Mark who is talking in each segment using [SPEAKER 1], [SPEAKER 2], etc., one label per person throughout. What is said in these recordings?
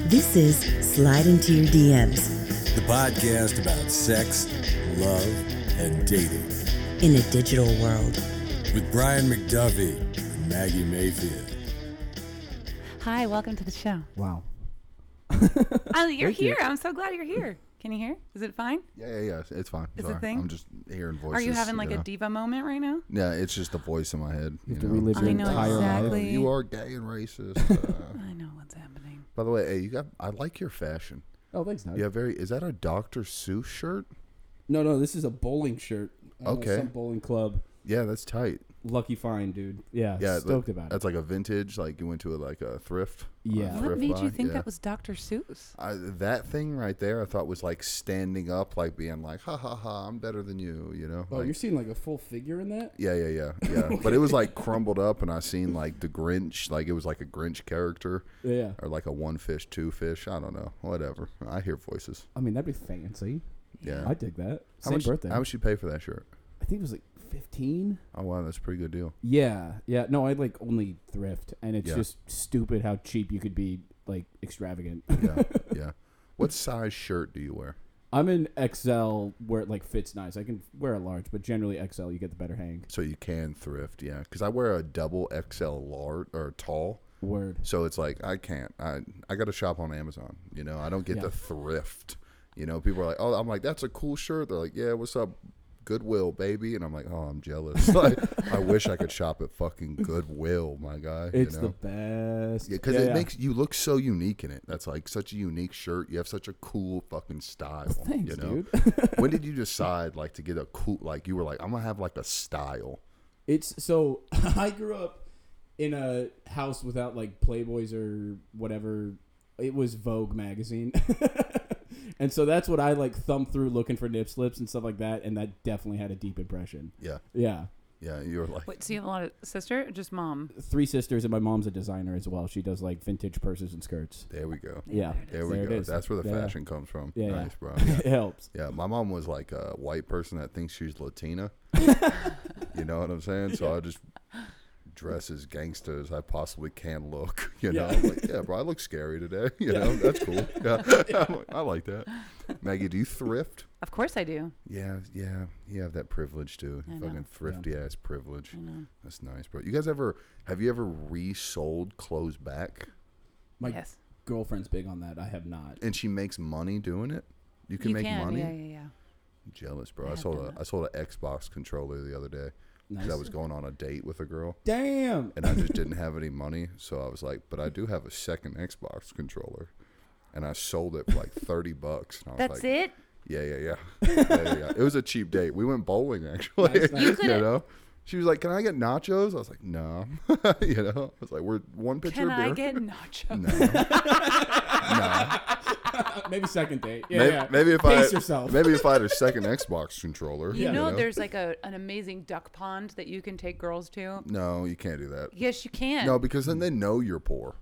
[SPEAKER 1] This is Slide Into Your DMs
[SPEAKER 2] the podcast about sex, love, and dating
[SPEAKER 1] in a Digital World.
[SPEAKER 2] with Brian McDuffie and Maggie Mayfield.
[SPEAKER 3] Hi, welcome to the show.
[SPEAKER 4] Wow.
[SPEAKER 3] Oh, you're
[SPEAKER 4] Thank you.
[SPEAKER 3] here. I'm so glad you're here. Can you hear? Is it fine?
[SPEAKER 4] Yeah, yeah, yeah. It's fine.
[SPEAKER 3] Is it
[SPEAKER 4] Sorry.
[SPEAKER 3] thing?
[SPEAKER 4] I'm just hearing
[SPEAKER 3] Are
[SPEAKER 4] voices.
[SPEAKER 3] you having like
[SPEAKER 4] yeah.
[SPEAKER 3] a diva moment right now?
[SPEAKER 4] Yeah, it's just a voice in my head. You
[SPEAKER 5] have to
[SPEAKER 4] know?
[SPEAKER 5] relive
[SPEAKER 4] It's
[SPEAKER 5] your
[SPEAKER 3] I know
[SPEAKER 5] entire
[SPEAKER 3] exactly.
[SPEAKER 5] life.
[SPEAKER 4] like, You are gay and racist. uh,
[SPEAKER 3] I know what's happening.
[SPEAKER 4] by the way, hey, you got. I like your fashion.
[SPEAKER 5] Oh, thanks, Nug.
[SPEAKER 4] You have very. Is that a Dr. Seuss shirt?
[SPEAKER 5] No, no, this is a bowling shirt. Uh,
[SPEAKER 4] Okay.
[SPEAKER 5] Some bowling club.
[SPEAKER 4] Yeah, that's tight.
[SPEAKER 5] Lucky find, dude. Yeah,
[SPEAKER 4] Yeah, that-
[SPEAKER 5] stoked about it.
[SPEAKER 4] That's like a vintage. Like you went to a, like a thrift. a
[SPEAKER 5] Yeah. What
[SPEAKER 3] What
[SPEAKER 4] thrift
[SPEAKER 3] made you
[SPEAKER 4] buy,
[SPEAKER 3] think
[SPEAKER 4] yeah.
[SPEAKER 3] that was Dr. Seuss?
[SPEAKER 4] I, that thing right there, I thought was like standing up, like being like, ha ha ha, I'm better than you, you know?
[SPEAKER 5] Oh,
[SPEAKER 4] Like-
[SPEAKER 5] you're seeing like a full figure in that?
[SPEAKER 4] Yeah, yeah, yeah, yeah. But it was like crumbled up, and I seen like the Grinch, like it was like a Grinch character,
[SPEAKER 5] Yeah.
[SPEAKER 4] or like a one fish, two fish. I don't know, whatever. I hear voices.
[SPEAKER 5] I mean, that'd be fancy.
[SPEAKER 4] Yeah.
[SPEAKER 5] I dig that.
[SPEAKER 4] how
[SPEAKER 5] Same
[SPEAKER 4] much,
[SPEAKER 5] birthday.
[SPEAKER 4] How much you pay for that shirt?
[SPEAKER 5] I think it was like 15.
[SPEAKER 4] Oh wow, that's a pretty good deal.
[SPEAKER 5] Yeah, yeah. No, I like only thrift, and it's
[SPEAKER 4] Yeah.
[SPEAKER 5] just stupid how cheap you could be like extravagant.
[SPEAKER 4] Yeah, yeah. What size shirt do you wear?
[SPEAKER 5] I'm in XL where it like fits nice. I can wear a large, but generally XL you get the better hang.
[SPEAKER 4] So you can thrift, yeah. Because I wear a double XL large or tall,
[SPEAKER 5] Word.
[SPEAKER 4] so it's like I can't. I I got to shop on Amazon. You know, I don't get
[SPEAKER 5] Yeah.
[SPEAKER 4] the thrift. You know, people are like, oh, I'm like, that's a cool shirt. They're like, yeah, what's up, Goodwill, baby? And I'm like, oh, I'm jealous. like, I wish I could shop at fucking Goodwill, my guy.
[SPEAKER 5] It's
[SPEAKER 4] you know?
[SPEAKER 5] the best.
[SPEAKER 4] because
[SPEAKER 5] Yeah,
[SPEAKER 4] it
[SPEAKER 5] yeah.
[SPEAKER 4] makes you look so unique in it. That's like such a unique shirt. You have such a cool fucking style.
[SPEAKER 5] Thanks,
[SPEAKER 4] you know? when did you decide like to get a cool like you were like I'm gonna have like a style?
[SPEAKER 5] It's so I grew up in a house without like Playboys or whatever. It was Vogue magazine. and so that's what I like thumb through looking for nip slips and stuff like that and that definitely had a deep impression.
[SPEAKER 4] Yeah,
[SPEAKER 5] Yeah.
[SPEAKER 4] yeah. You were like
[SPEAKER 3] Wait, so you have a lot of sister or just mom?
[SPEAKER 5] Three sisters and my mom's a designer as well. She does like vintage purses and skirts.
[SPEAKER 4] there we go,
[SPEAKER 5] Yeah.
[SPEAKER 4] there we
[SPEAKER 5] it
[SPEAKER 4] go.
[SPEAKER 5] is.
[SPEAKER 4] That's where the
[SPEAKER 5] Yeah.
[SPEAKER 4] fashion comes from.
[SPEAKER 5] Yeah, yeah.
[SPEAKER 4] nice, bro. Yeah.
[SPEAKER 5] It helps.
[SPEAKER 4] Yeah, my mom was like a white person that thinks she's Latina. you know what I'm saying? So I just dress as gangster as I possibly can look. You know,
[SPEAKER 5] Yeah.
[SPEAKER 4] I'm like, yeah, bro, I look scary today. You know, that's cool. Yeah. I'm like, I like that. Maggie, do you thrift?
[SPEAKER 3] Of course I do.
[SPEAKER 4] Yeah, yeah, you have that privilege too.
[SPEAKER 3] I know.
[SPEAKER 4] Fucking thrifty ass privilege. That's nice, bro. You guys ever have you ever resold clothes back?
[SPEAKER 5] My
[SPEAKER 3] yes.
[SPEAKER 5] girlfriend's big on that. I have not.
[SPEAKER 4] And she makes money doing it. You can
[SPEAKER 3] you
[SPEAKER 4] make
[SPEAKER 3] can.
[SPEAKER 4] money.
[SPEAKER 3] Yeah, yeah, yeah.
[SPEAKER 4] I'm jealous, bro.
[SPEAKER 3] I
[SPEAKER 4] I,
[SPEAKER 3] have
[SPEAKER 4] sold
[SPEAKER 3] done
[SPEAKER 4] a I sold an Xbox controller the other day. 'cause I
[SPEAKER 5] Nice.
[SPEAKER 4] was going on a date with a girl
[SPEAKER 5] Damn.
[SPEAKER 4] and I just didn't have any money, so I was like, but I do have a second Xbox controller. And I sold it for like 30 bucks. And I was
[SPEAKER 3] That's
[SPEAKER 4] like,
[SPEAKER 3] it?
[SPEAKER 4] Yeah, yeah, yeah. yeah, yeah, yeah. It was a cheap date. We went bowling actually.
[SPEAKER 5] Nice, nice.
[SPEAKER 3] You could've-
[SPEAKER 4] know. She was like, "Can I get nachos?" I was like, "No." you know, I was like, "We're one pitcher
[SPEAKER 3] Can
[SPEAKER 4] of beer."
[SPEAKER 3] I get nachos?
[SPEAKER 4] no. no.
[SPEAKER 5] Maybe second date. Yeah,
[SPEAKER 4] Maybe,
[SPEAKER 5] yeah.
[SPEAKER 4] maybe if
[SPEAKER 5] Pace
[SPEAKER 4] I
[SPEAKER 5] yourself.
[SPEAKER 4] maybe if I had a second Xbox controller.
[SPEAKER 3] You
[SPEAKER 5] Yeah.
[SPEAKER 3] know, there's like a, an amazing duck pond that you can take girls to.
[SPEAKER 4] No, you can't do that.
[SPEAKER 3] Yes, you can.
[SPEAKER 4] No, because then
[SPEAKER 3] Mm.
[SPEAKER 4] they know you're poor.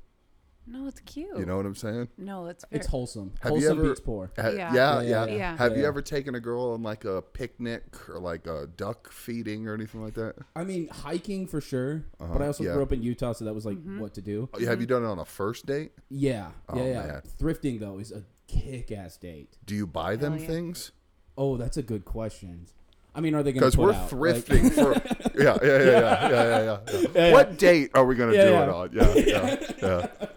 [SPEAKER 3] no it's cute.
[SPEAKER 4] You know what I'm saying?
[SPEAKER 3] No, it's very.
[SPEAKER 5] It's wholesome.
[SPEAKER 4] Have you
[SPEAKER 5] wholesome
[SPEAKER 4] ever-
[SPEAKER 5] beats poor.
[SPEAKER 4] Ha-
[SPEAKER 3] Yeah.
[SPEAKER 4] yeah.
[SPEAKER 3] Yeah,
[SPEAKER 4] Yeah,
[SPEAKER 5] yeah,
[SPEAKER 3] yeah.
[SPEAKER 4] Have you
[SPEAKER 5] Yeah.
[SPEAKER 4] ever taken a girl on like a picnic or like a duck feeding or anything like that?
[SPEAKER 5] I mean, hiking for sure, but
[SPEAKER 4] Uh-huh,
[SPEAKER 5] I also
[SPEAKER 4] yeah.
[SPEAKER 5] grew up in Utah, so that was like
[SPEAKER 3] Mm-hmm.
[SPEAKER 5] what to do.
[SPEAKER 4] Oh, yeah, Have you done it on a first date?
[SPEAKER 5] Yeah,
[SPEAKER 4] Oh,
[SPEAKER 5] yeah, yeah.
[SPEAKER 4] man.
[SPEAKER 5] Thrifting though is a kick-ass date.
[SPEAKER 4] Do you buy them
[SPEAKER 3] yeah.
[SPEAKER 4] things?
[SPEAKER 5] Oh, that's a good question. I mean, are they going
[SPEAKER 4] Because
[SPEAKER 5] to
[SPEAKER 4] we're thrifting for yeah, yeah, yeah, yeah, yeah, yeah, yeah. What date are we gonna
[SPEAKER 5] Yeah,
[SPEAKER 4] do
[SPEAKER 5] yeah.
[SPEAKER 4] it on? Yeah, yeah, yeah.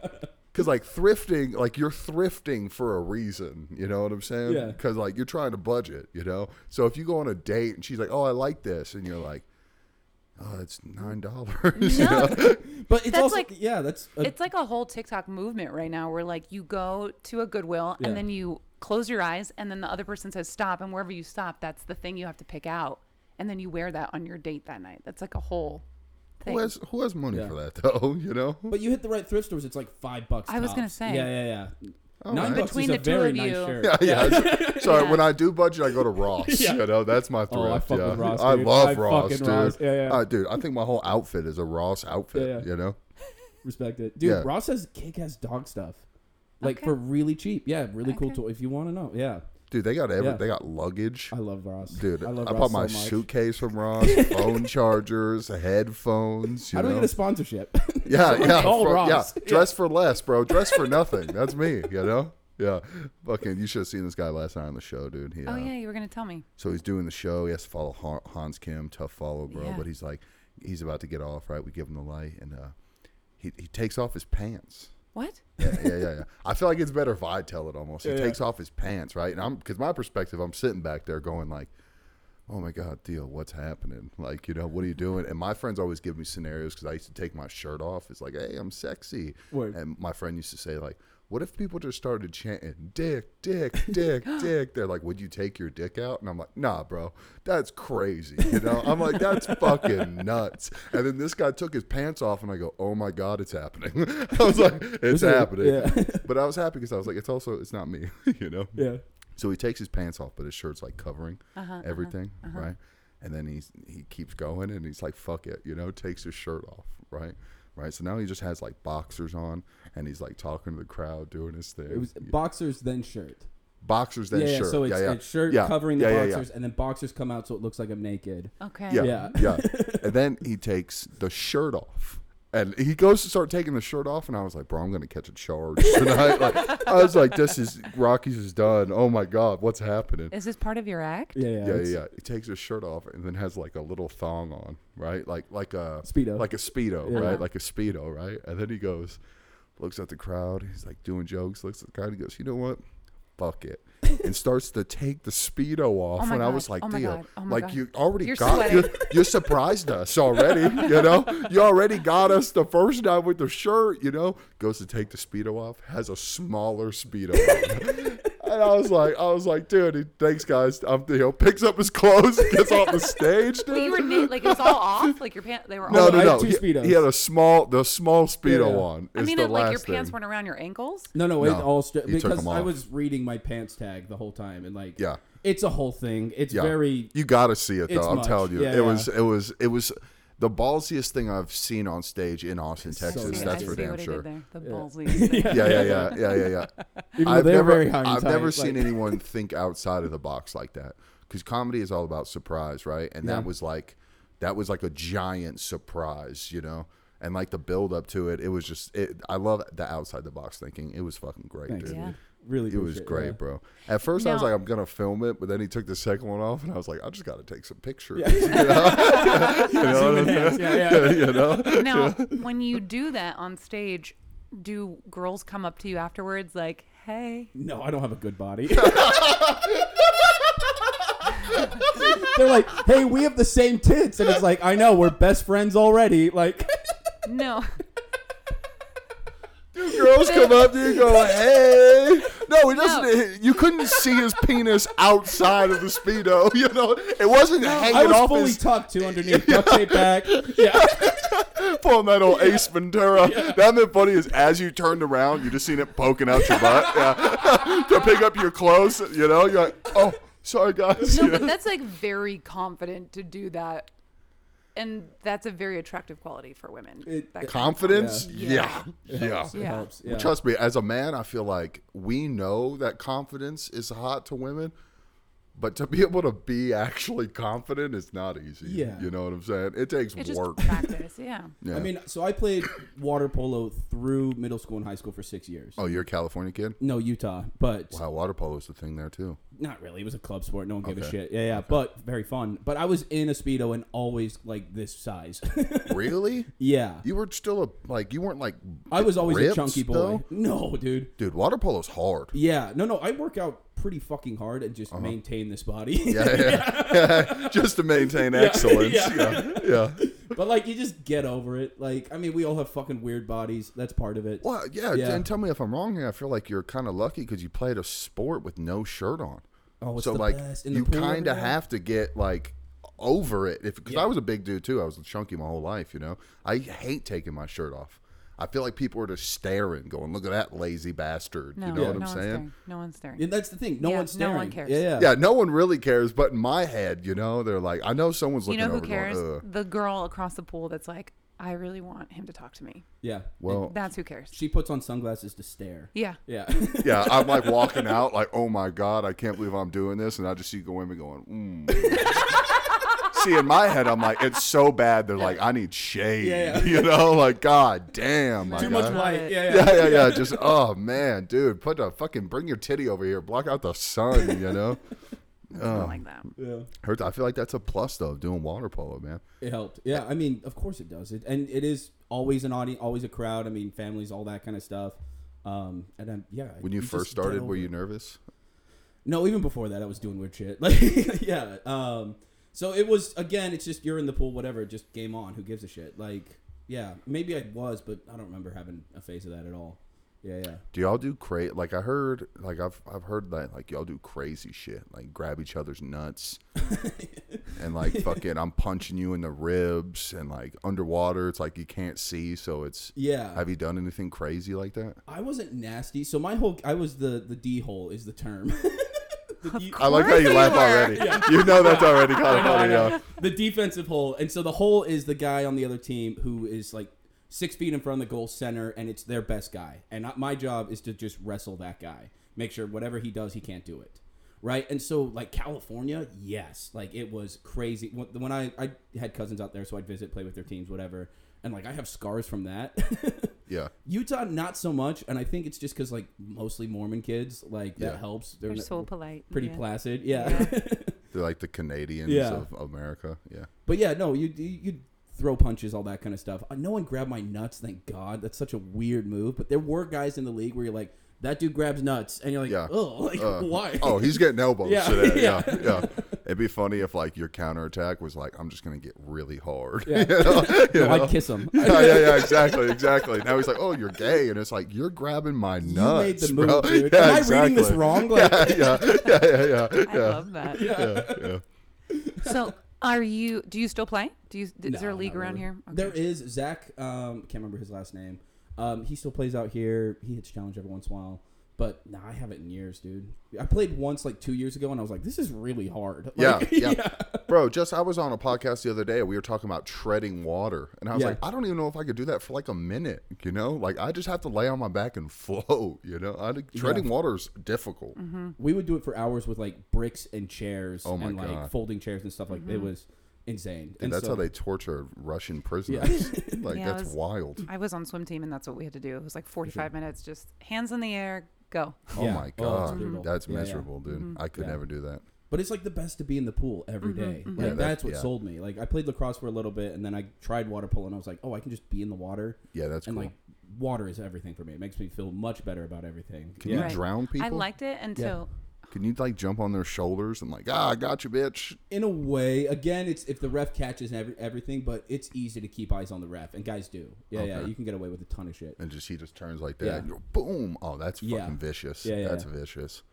[SPEAKER 4] Because like thrifting, like you're thrifting for a reason. You know what I'm saying?
[SPEAKER 5] Yeah.
[SPEAKER 4] Because like you're trying to budget. You know. So if you go on a date and she's like, "Oh, I like this," and you're like, "Oh, it's nine dollars."
[SPEAKER 3] No,
[SPEAKER 5] but it's
[SPEAKER 3] That's
[SPEAKER 5] also
[SPEAKER 3] like-
[SPEAKER 5] yeah, that's a,
[SPEAKER 3] it's like a whole TikTok movement right now where like you go to a Goodwill
[SPEAKER 5] Yeah.
[SPEAKER 3] and then you close your eyes and then the other person says stop and wherever you stop that's the thing you have to pick out and then you wear that on your date that night. That's like a whole thing.
[SPEAKER 4] Who has who has money
[SPEAKER 5] Yeah.
[SPEAKER 4] for that though? You know.
[SPEAKER 5] but you hit the right thrift stores, it's like five bucks.
[SPEAKER 3] I was gonna
[SPEAKER 5] tops.
[SPEAKER 3] say.
[SPEAKER 5] yeah, yeah, yeah. Nine
[SPEAKER 4] right.
[SPEAKER 5] bucks
[SPEAKER 3] Between
[SPEAKER 5] is a
[SPEAKER 3] the two
[SPEAKER 5] very
[SPEAKER 3] of
[SPEAKER 5] nice
[SPEAKER 3] you.
[SPEAKER 5] shirt.
[SPEAKER 4] Oh, Yeah, yeah. So
[SPEAKER 3] Yeah.
[SPEAKER 4] when I do budget, I go to Ross.
[SPEAKER 5] Yeah.
[SPEAKER 4] You know, that's my thrift.
[SPEAKER 5] Oh, I fuck with
[SPEAKER 4] yeah.
[SPEAKER 5] Ross,
[SPEAKER 4] I
[SPEAKER 5] dude.
[SPEAKER 4] love
[SPEAKER 5] I
[SPEAKER 4] Ross,
[SPEAKER 5] fucking
[SPEAKER 4] dude.
[SPEAKER 5] Ross. Yeah, yeah.
[SPEAKER 4] Uh, dude, I think my whole outfit is a Ross outfit.
[SPEAKER 5] Yeah, yeah.
[SPEAKER 4] You know.
[SPEAKER 5] Respect it, dude.
[SPEAKER 4] Yeah.
[SPEAKER 5] Ross has kick-ass dog stuff, like
[SPEAKER 3] Okay.
[SPEAKER 5] for really cheap. Yeah, really cool
[SPEAKER 3] Okay.
[SPEAKER 5] tool. If you want to know, yeah.
[SPEAKER 4] Dude, they got every
[SPEAKER 5] Yeah.
[SPEAKER 4] they got luggage.
[SPEAKER 5] I love Ross.
[SPEAKER 4] Dude,
[SPEAKER 5] I
[SPEAKER 4] I,
[SPEAKER 5] love
[SPEAKER 4] bought
[SPEAKER 5] Ross
[SPEAKER 4] my
[SPEAKER 5] so much.
[SPEAKER 4] suitcase from Ross, phone chargers, headphones. You
[SPEAKER 5] How do
[SPEAKER 4] know?
[SPEAKER 5] we get a sponsorship?
[SPEAKER 4] Yeah, yeah,
[SPEAKER 5] call
[SPEAKER 4] fuck,
[SPEAKER 5] Ross.
[SPEAKER 4] yeah. Dress for less, bro. Dress for nothing. That's me. You know. Yeah, fucking. You should have seen this guy last night on the show, dude. He,
[SPEAKER 3] Oh
[SPEAKER 4] uh,
[SPEAKER 3] yeah, you were gonna tell me.
[SPEAKER 4] So he's doing the show. He has to follow Han- Hans Kim, tough follow, bro.
[SPEAKER 3] Yeah.
[SPEAKER 4] But he's like, he's about to get off, right? We give him the light, and uh, he he takes off his pants.
[SPEAKER 3] What?
[SPEAKER 4] Yeah, yeah, yeah, yeah. I feel like it's better if I tell it almost. He
[SPEAKER 5] Yeah.
[SPEAKER 4] takes off his pants, right? And I'm because my perspective, I'm sitting back there going like, "Oh my god, Theo, what's happening? Like, you know, what are you doing?" And my friends always give me scenarios because I used to take my shirt off. It's like, "Hey, I'm sexy,"
[SPEAKER 5] Word.
[SPEAKER 4] and my friend used to say like. What if people just started chanting "dick, dick, dick, dick"? They're like, "Would you take your dick out?" And I'm like, "Nah, bro, that's crazy." You know, I'm like, "That's fucking nuts." And then this guy took his pants off, and I go, "Oh my god, it's happening!" I was like, "It's
[SPEAKER 5] like-
[SPEAKER 4] happening."
[SPEAKER 5] yeah.
[SPEAKER 4] but I was happy because I was like, it's also it's not me, you know.
[SPEAKER 5] yeah.
[SPEAKER 4] So he takes his pants off, but his shirt's like covering everything, right? And then he's he keeps going, and he's like, fuck it, you know, takes his shirt off, right? Right. So now he just has like boxers on, and he's like talking to the crowd, doing his thing.
[SPEAKER 5] It was boxers then shirt.
[SPEAKER 4] boxers then
[SPEAKER 5] yeah,
[SPEAKER 4] shirt,
[SPEAKER 5] yeah, so it's
[SPEAKER 4] yeah, yeah.
[SPEAKER 5] it's shirt
[SPEAKER 4] Yeah,
[SPEAKER 5] covering the
[SPEAKER 4] yeah, yeah, yeah.
[SPEAKER 5] boxers, and then boxers come out so it looks like I'm naked.
[SPEAKER 3] Okay.
[SPEAKER 4] Yeah.
[SPEAKER 5] Yeah.
[SPEAKER 4] Yeah. And then he takes the shirt off. And he goes to start taking the shirt off, and I was like, "Bro, I'm gonna catch a charge tonight." like, I was like, "This is Rockies is done. Oh my god, what's happening?"
[SPEAKER 3] Is this part of your act?
[SPEAKER 5] Yeah, yeah,
[SPEAKER 4] Yeah, yeah,
[SPEAKER 5] it's-
[SPEAKER 4] yeah. He takes his shirt off and then has like a little thong on, right? Like like a
[SPEAKER 5] Speedo.
[SPEAKER 4] like a speedo,
[SPEAKER 5] Yeah.
[SPEAKER 4] right? Like a speedo, right? And then he goes, looks at the crowd. He's like doing jokes. Looks at the crowd. He goes, you know what? Fuck it, and starts to take the speedo off.
[SPEAKER 3] my
[SPEAKER 4] and I
[SPEAKER 3] God.
[SPEAKER 4] was like,
[SPEAKER 3] Oh my
[SPEAKER 4] Dio,
[SPEAKER 3] God. Oh my
[SPEAKER 4] like
[SPEAKER 3] God.
[SPEAKER 4] you already
[SPEAKER 3] You're
[SPEAKER 4] got you,
[SPEAKER 3] sweating.
[SPEAKER 4] you surprised us already. You know, you already got us the first time with the shirt. You know, goes to take the speedo off, has a smaller speedo. on. And I was like, I was like, dude, he, thanks guys. I'm, you know, picks up his clothes, gets off the stage, dude.
[SPEAKER 3] But you were na- like it was all off. Like your pants, they were
[SPEAKER 4] no,
[SPEAKER 3] all.
[SPEAKER 5] I
[SPEAKER 4] no,
[SPEAKER 5] had
[SPEAKER 4] no.
[SPEAKER 5] two
[SPEAKER 4] He,
[SPEAKER 5] Speedos.
[SPEAKER 4] he had a small, the small speedo
[SPEAKER 5] Yeah.
[SPEAKER 4] on.
[SPEAKER 3] I
[SPEAKER 4] Is
[SPEAKER 3] mean,
[SPEAKER 4] the
[SPEAKER 3] it, like your
[SPEAKER 4] last thing.
[SPEAKER 3] pants weren't around your ankles.
[SPEAKER 5] No, no, it
[SPEAKER 4] No,
[SPEAKER 5] all straight
[SPEAKER 4] he took
[SPEAKER 5] because
[SPEAKER 4] 'em
[SPEAKER 5] I
[SPEAKER 4] off.
[SPEAKER 5] was reading my pants tag the whole time, and like,
[SPEAKER 4] Yeah.
[SPEAKER 5] it's a whole thing. It's
[SPEAKER 4] Yeah.
[SPEAKER 5] very
[SPEAKER 4] You got to see it though.
[SPEAKER 5] It's
[SPEAKER 4] I'm
[SPEAKER 5] much.
[SPEAKER 4] telling you,
[SPEAKER 5] Yeah,
[SPEAKER 4] it
[SPEAKER 5] yeah.
[SPEAKER 4] was, it was, it was the ballsiest thing I've seen on stage in Austin, Texas.
[SPEAKER 5] good.
[SPEAKER 4] That's
[SPEAKER 3] I
[SPEAKER 4] for
[SPEAKER 3] see
[SPEAKER 4] damn
[SPEAKER 3] what
[SPEAKER 4] sure.
[SPEAKER 3] I did there. The ballsy. thing.
[SPEAKER 4] Yeah, yeah, yeah, yeah, yeah, yeah.
[SPEAKER 5] even though they're very high. and
[SPEAKER 4] I've
[SPEAKER 5] tight,
[SPEAKER 4] never
[SPEAKER 5] like-
[SPEAKER 4] seen anyone think outside of the box like that because comedy is all about surprise, right? And
[SPEAKER 5] Yeah.
[SPEAKER 4] that was like, that was like a giant surprise, you know. And like the build up to it, it was just. It, I love the outside the box thinking. It was fucking great,
[SPEAKER 5] Thanks,
[SPEAKER 4] dude.
[SPEAKER 3] Yeah.
[SPEAKER 5] Really,
[SPEAKER 4] It was
[SPEAKER 5] appreciate
[SPEAKER 4] great,
[SPEAKER 5] yeah.
[SPEAKER 4] bro. At first, I was
[SPEAKER 3] Now-
[SPEAKER 4] like, I'm gonna film it, but then he took the second one off, and I was like, I just gotta take some pictures. you know, you know, what I'm saying?
[SPEAKER 5] Yeah, yeah.
[SPEAKER 4] you know?
[SPEAKER 3] Now, when you do that on stage, do girls come up to you afterwards like, "Hey"?
[SPEAKER 5] No, I don't have a good body. They're like, hey, we have the same tits, and it's like, I know, we're best friends already. Like,
[SPEAKER 3] No.
[SPEAKER 4] Girls come up to you, and go, "Hey!" No, he doesn't. You couldn't see his penis outside of the speedo. You know, it wasn't hanging
[SPEAKER 5] I was
[SPEAKER 4] off
[SPEAKER 5] fully
[SPEAKER 4] his
[SPEAKER 5] tucked too underneath, duct tape back. Yeah,
[SPEAKER 4] pulling that old Ace Ventura. That meant funny is as you turned around, you just seen it poking out your butt yeah. to pick up your clothes. You know, you're like, "Oh, sorry, guys."
[SPEAKER 3] No,
[SPEAKER 4] You
[SPEAKER 3] but
[SPEAKER 4] know?
[SPEAKER 3] that's like very confident to do that. And that's a very attractive quality for women. That
[SPEAKER 5] It-
[SPEAKER 3] kind of
[SPEAKER 4] Confidence,
[SPEAKER 3] Yeah.
[SPEAKER 4] yeah. yeah.
[SPEAKER 5] It
[SPEAKER 3] Yeah.
[SPEAKER 5] helps, yeah.
[SPEAKER 4] Trust me, as a man, I feel like we know that confidence is hot to women, but to be able to be actually confident is not easy.
[SPEAKER 5] Yeah.
[SPEAKER 4] You know what I'm saying? It takes
[SPEAKER 3] It just
[SPEAKER 4] work.
[SPEAKER 3] practice, yeah.
[SPEAKER 4] Yeah.
[SPEAKER 5] I mean, so I played water polo through middle school and high school for six years.
[SPEAKER 4] oh, you're a California kid?
[SPEAKER 5] No, Utah, but
[SPEAKER 4] Wow, water polo is the thing there too.
[SPEAKER 5] not really. It was a club sport. No one gave a
[SPEAKER 4] Okay.
[SPEAKER 5] shit. Yeah, yeah, but very fun. But I was in a speedo and always like this size.
[SPEAKER 4] Really?
[SPEAKER 5] yeah,
[SPEAKER 4] You were still a like you weren't like
[SPEAKER 5] I was always a
[SPEAKER 4] ripped,
[SPEAKER 5] chunky boy.
[SPEAKER 4] though?
[SPEAKER 5] No, dude.
[SPEAKER 4] Dude, water polo's hard.
[SPEAKER 5] Yeah, no, no. I work out pretty fucking hard and just maintain this body.
[SPEAKER 4] Uh-huh. Yeah, yeah. just to maintain excellence.
[SPEAKER 5] Yeah.
[SPEAKER 4] Yeah. yeah.
[SPEAKER 5] but like, you just get over it. Like, I mean, we all have fucking weird bodies. That's part of it.
[SPEAKER 4] Well, yeah,
[SPEAKER 5] Yeah.
[SPEAKER 4] and tell me if I'm wrong here. I feel like you're kind of lucky because you played a sport with no shirt on.
[SPEAKER 5] Oh, it's
[SPEAKER 4] so
[SPEAKER 5] the
[SPEAKER 4] like
[SPEAKER 5] best. In the
[SPEAKER 4] you
[SPEAKER 5] pool every
[SPEAKER 4] kind of
[SPEAKER 5] day.
[SPEAKER 4] have to get like over it. If because I was a big dude too, I was chunky my whole life. You know, I hate taking my shirt off. I feel like people are just staring, going, "Look at that lazy bastard."
[SPEAKER 3] No,
[SPEAKER 4] you know
[SPEAKER 3] no
[SPEAKER 4] what I'm
[SPEAKER 3] one's
[SPEAKER 4] saying?
[SPEAKER 3] staring. No one's staring.
[SPEAKER 5] And that's the thing. No
[SPEAKER 3] Yeah,
[SPEAKER 5] one's
[SPEAKER 3] no
[SPEAKER 5] staring.
[SPEAKER 3] one cares.
[SPEAKER 5] Yeah, yeah.
[SPEAKER 4] Yeah, no one really cares, but in my head, you know, they're like, I know someone's
[SPEAKER 3] You
[SPEAKER 4] looking
[SPEAKER 3] know who
[SPEAKER 4] over
[SPEAKER 3] cares?
[SPEAKER 4] going, Ugh.
[SPEAKER 3] The girl across the pool that's like, I really want him to talk to me.
[SPEAKER 5] Yeah.
[SPEAKER 4] Well,
[SPEAKER 3] That's who cares.
[SPEAKER 5] She puts on sunglasses to stare.
[SPEAKER 3] Yeah.
[SPEAKER 5] Yeah.
[SPEAKER 4] yeah, I'm like walking out, like, oh my god, I can't believe I'm doing this, and I just see women going. Mm. see, in my head, I'm like, it's so bad. They're like, I need shade.
[SPEAKER 5] Yeah, yeah.
[SPEAKER 4] You know, like, god damn, my
[SPEAKER 5] Too
[SPEAKER 4] guy.
[SPEAKER 5] much light. Yeah, yeah.
[SPEAKER 4] yeah, yeah, yeah. Just oh man, dude, put a fucking bring your titty over here, block out the sun. You know,
[SPEAKER 3] I don't like that.
[SPEAKER 5] Yeah.
[SPEAKER 4] hurts. I feel like that's a plus though of doing water polo, man.
[SPEAKER 5] It helped. Yeah, I mean, of course it does. It and it is always an audience, always a crowd. I mean, families, all that kind of stuff. Um, and then yeah.
[SPEAKER 4] When you,
[SPEAKER 5] just
[SPEAKER 4] first
[SPEAKER 5] get
[SPEAKER 4] started,
[SPEAKER 5] over
[SPEAKER 4] were
[SPEAKER 5] it.
[SPEAKER 4] you nervous?
[SPEAKER 5] No, even before that, I was doing weird shit. Like, yeah. Um, so it was again. It's just you're in the pool, whatever. Just game on. Who gives a shit? Like, yeah. Maybe I was, but I don't remember having a phase of that at all. Yeah, yeah.
[SPEAKER 4] Do y'all do crazy? Like I heard, like I've I've heard that like y'all do crazy shit, like grab each other's nuts, and like fucking, I'm punching you in the ribs, and like underwater, it's like you can't see, so it's
[SPEAKER 5] Yeah.
[SPEAKER 4] Have you done anything crazy like that?
[SPEAKER 5] I wasn't nasty. So my whole I was the the d hole is the term. The D-
[SPEAKER 4] I like how you
[SPEAKER 3] course
[SPEAKER 4] laugh
[SPEAKER 3] you were.
[SPEAKER 4] already. You know that's already kind of
[SPEAKER 5] I
[SPEAKER 4] funny.
[SPEAKER 5] know.
[SPEAKER 4] yeah.
[SPEAKER 5] the defensive hole. And so the hole is the guy on the other team who is like six feet in front of the goal center, and it's their best guy. And I- my job is to just wrestle that guy, make sure whatever he does, he can't do it. Right. And so, like California, yes, like it was crazy. When when I, I had cousins out there, so I'd visit, play with their teams, whatever. And like I have scars from that.
[SPEAKER 4] Yeah.
[SPEAKER 5] Utah, not so much, and I think it's just because like mostly Mormon kids, like that
[SPEAKER 4] Yeah.
[SPEAKER 5] helps.
[SPEAKER 3] They're
[SPEAKER 5] not-
[SPEAKER 3] so polite.
[SPEAKER 5] pretty
[SPEAKER 3] yeah.
[SPEAKER 5] placid, yeah.
[SPEAKER 4] They're like the Canadians
[SPEAKER 5] Yeah.
[SPEAKER 4] of America. Yeah.
[SPEAKER 5] but yeah, no, you you throw punches, all that kind of stuff. Uh, No one grabbed my nuts, thank God. That's such a weird move. But there were guys in the league where you're like, that dude grabs nuts, and you're like,
[SPEAKER 4] Yeah.
[SPEAKER 5] oh, like
[SPEAKER 4] Uh,
[SPEAKER 5] why?
[SPEAKER 4] Oh, he's getting elbows
[SPEAKER 5] Yeah.
[SPEAKER 4] today. Yeah.
[SPEAKER 5] Yeah.
[SPEAKER 4] yeah. It'd be funny if like your counterattack was like, I'm just gonna get really hard. Yeah.
[SPEAKER 5] Yeah. no, I'd kiss him.
[SPEAKER 4] yeah, yeah, yeah, exactly, exactly. Now he's like, "Oh, you're gay," and it's like, "You're grabbing my
[SPEAKER 5] You
[SPEAKER 4] nuts."
[SPEAKER 5] made the
[SPEAKER 4] bro."
[SPEAKER 5] move, dude.
[SPEAKER 4] Yeah,
[SPEAKER 5] Am I reading this
[SPEAKER 4] exactly.
[SPEAKER 5] wrong? Like,
[SPEAKER 4] Yeah, yeah, yeah, yeah,
[SPEAKER 3] I
[SPEAKER 4] yeah.
[SPEAKER 3] love that.
[SPEAKER 4] yeah, yeah.
[SPEAKER 3] So, are you? Do you still play? Do you? Is there a
[SPEAKER 5] No,
[SPEAKER 3] league
[SPEAKER 5] not
[SPEAKER 3] around
[SPEAKER 5] really.
[SPEAKER 3] here? Okay.
[SPEAKER 5] There is Zach. Um, can't remember his last name. Um, he still plays out here. He hits challenge every once in a while, but nah, I haven't in years, dude. I played once like two years ago, and I was like, this is really hard.
[SPEAKER 4] Yeah,
[SPEAKER 5] Like,
[SPEAKER 4] yeah. Bro, just I was on a podcast the other day. We were talking about treading water. And I was
[SPEAKER 5] Yeah.
[SPEAKER 4] like, I don't even know if I could do that for like a minute, you know? Like, I just have to lay on my back and float, you know? I, think treading water is difficult.
[SPEAKER 3] Mm-hmm.
[SPEAKER 5] We would do it for hours with like bricks and chairs
[SPEAKER 4] Oh my
[SPEAKER 5] and like
[SPEAKER 4] God.
[SPEAKER 5] folding chairs and stuff. Like it was insane.
[SPEAKER 4] Dude,
[SPEAKER 5] and
[SPEAKER 4] that's
[SPEAKER 5] so-
[SPEAKER 4] how they torture Russian prisoners. like,
[SPEAKER 3] Yeah, Mm-hmm. it
[SPEAKER 4] that's
[SPEAKER 3] was-
[SPEAKER 4] wild.
[SPEAKER 3] I was on swim team, and that's what we had to do. It was like 45 minutes, just hands in the air, go.
[SPEAKER 4] Oh
[SPEAKER 5] Yeah.
[SPEAKER 4] my
[SPEAKER 5] Oh, it's
[SPEAKER 4] God.
[SPEAKER 5] brutal.
[SPEAKER 4] that's
[SPEAKER 5] Yeah, yeah.
[SPEAKER 4] miserable, dude.
[SPEAKER 3] Mm-hmm.
[SPEAKER 4] I could
[SPEAKER 5] Yeah.
[SPEAKER 4] never do that.
[SPEAKER 5] But it's like the best to be in the pool every day. Like
[SPEAKER 4] Yeah, that-
[SPEAKER 5] that's what
[SPEAKER 4] yeah.
[SPEAKER 5] sold me. Like I played lacrosse for a little bit, and then I tried water polo, and I was like, oh, I can just be in the water.
[SPEAKER 4] Yeah, that's
[SPEAKER 5] and
[SPEAKER 4] cool.
[SPEAKER 5] like water is everything for me. It makes me feel much better about everything.
[SPEAKER 4] Can
[SPEAKER 5] yeah.
[SPEAKER 4] you drown people?
[SPEAKER 3] I liked it until
[SPEAKER 4] Can you, like, jump on their shoulders and, like, ah, I got you, bitch?
[SPEAKER 5] In a way, again, it's if the ref catches every, everything, but it's easy to keep eyes on the ref, and guys do. Yeah, yeah, you can get away with a ton of shit.
[SPEAKER 4] And just he just turns like that.
[SPEAKER 5] Yeah.
[SPEAKER 4] And you're, boom. Oh, that's fucking
[SPEAKER 5] Yeah.
[SPEAKER 4] vicious.
[SPEAKER 5] Yeah, yeah,
[SPEAKER 4] that's
[SPEAKER 5] yeah.
[SPEAKER 4] vicious.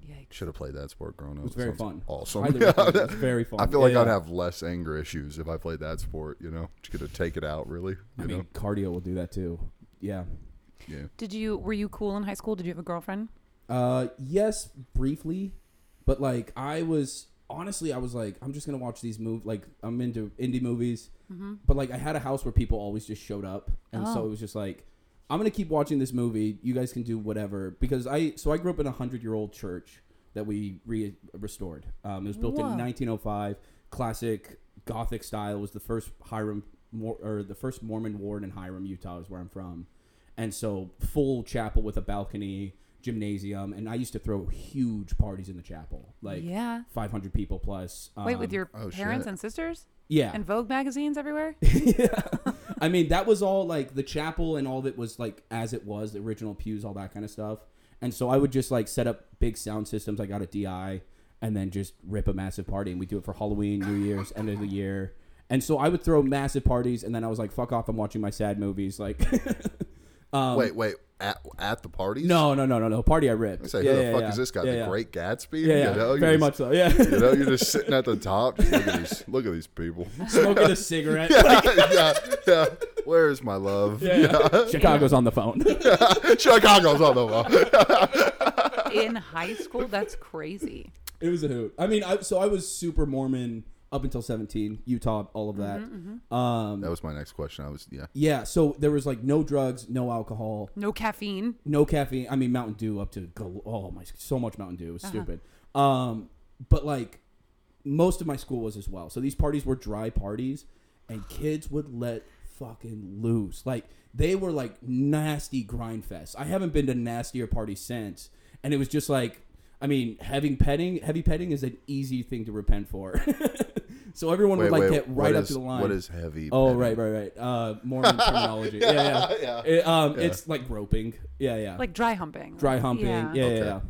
[SPEAKER 3] yikes.
[SPEAKER 4] Should have played that sport growing up.
[SPEAKER 5] It's
[SPEAKER 4] That
[SPEAKER 5] very fun.
[SPEAKER 4] sounds Awesome.
[SPEAKER 5] Highly recommend it. It's very fun.
[SPEAKER 4] I feel
[SPEAKER 5] Yeah,
[SPEAKER 4] like
[SPEAKER 5] yeah.
[SPEAKER 4] I'd have less anger issues if I played that sport. You know, just gonna take it out really. You
[SPEAKER 5] I mean,
[SPEAKER 4] know,
[SPEAKER 5] cardio will do that too. Yeah.
[SPEAKER 4] yeah.
[SPEAKER 3] Did you? Were you cool in high school? Did you have a girlfriend?
[SPEAKER 5] Uh, yes, briefly, but like I was honestly, I was like, I'm just gonna watch these move. Like I'm into indie movies, but like I had a house where people always just showed up, and so
[SPEAKER 3] Mm-hmm. Oh.
[SPEAKER 5] it was just like, I'm gonna keep watching this movie. You guys can do whatever because I so I grew up in a hundred year old church that we re- restored. Um, it was built in
[SPEAKER 3] Whoa.
[SPEAKER 5] 1905, classic Gothic style. It was the first Hiram Mor- or the first Mormon ward in Hiram, Utah, is where I'm from, and so full chapel with a balcony, gymnasium, and I used to throw huge parties in the chapel, like
[SPEAKER 3] Yeah.
[SPEAKER 5] 500 people plus. Um, Uh,
[SPEAKER 3] Wait, with your
[SPEAKER 4] oh,
[SPEAKER 3] parents
[SPEAKER 4] shit.
[SPEAKER 3] and sisters
[SPEAKER 5] yeah,
[SPEAKER 3] and Vogue magazines everywhere.
[SPEAKER 5] I mean, that was all like the chapel and all that was like as it was, the original pews, all that kind of stuff. And so I would just like set up big sound systems. I got a DI and then just rip a massive party. And we do it for Halloween, New Year's, end of the year. And so I would throw massive parties. And then I was like, fuck off. I'm watching my sad movies. Like,
[SPEAKER 4] wait, wait. At, at the parties?
[SPEAKER 5] um, no, no, no, no, no. Party I ripped.
[SPEAKER 4] I say,
[SPEAKER 5] Yeah,
[SPEAKER 4] who the
[SPEAKER 5] yeah,
[SPEAKER 4] fuck
[SPEAKER 5] yeah.
[SPEAKER 4] is this guy?
[SPEAKER 5] Yeah,
[SPEAKER 4] the
[SPEAKER 5] yeah.
[SPEAKER 4] Great Gatsby?
[SPEAKER 5] Yeah, yeah.
[SPEAKER 4] You know, you're
[SPEAKER 5] very
[SPEAKER 4] just-
[SPEAKER 5] much so. Yeah.
[SPEAKER 4] You know, you're just sitting at the top. Just look at these. Look at these people.
[SPEAKER 5] Smoking a cigarette.
[SPEAKER 4] yeah, yeah. Where is my love?
[SPEAKER 5] Chicago's on the phone.
[SPEAKER 4] Chicago's on the wall.
[SPEAKER 3] in high school, that's crazy.
[SPEAKER 5] It was a hoot. I mean, I, so I was super Mormon up until 17, Utah, all of that. Um,
[SPEAKER 4] That was my next question. I was yeah.
[SPEAKER 5] yeah, so there was like no drugs, no alcohol,
[SPEAKER 3] No caffeine.
[SPEAKER 5] no caffeine. I mean, Mountain Dew up to go- oh my, so much Mountain Dew. It was stupid. Um, but like most of my school was as well. So these parties were dry parties, and kids would let fucking loose. Like they were like nasty grind fests. I haven't been to nastier parties since, and it was just like, I mean, having petting, heavy petting is an easy thing to repent for. so everyone would like get
[SPEAKER 4] what
[SPEAKER 5] right up
[SPEAKER 4] is-
[SPEAKER 5] to the line.
[SPEAKER 4] What is heavy?
[SPEAKER 5] Oh
[SPEAKER 4] petting?
[SPEAKER 5] right, right, right. Uh, Mormon terminology. yeah, yeah. It, um, it's like roping. Yeah, yeah.
[SPEAKER 3] Like dry humping.
[SPEAKER 5] dry humping. Yeah, yeah,
[SPEAKER 4] Okay.
[SPEAKER 5] yeah.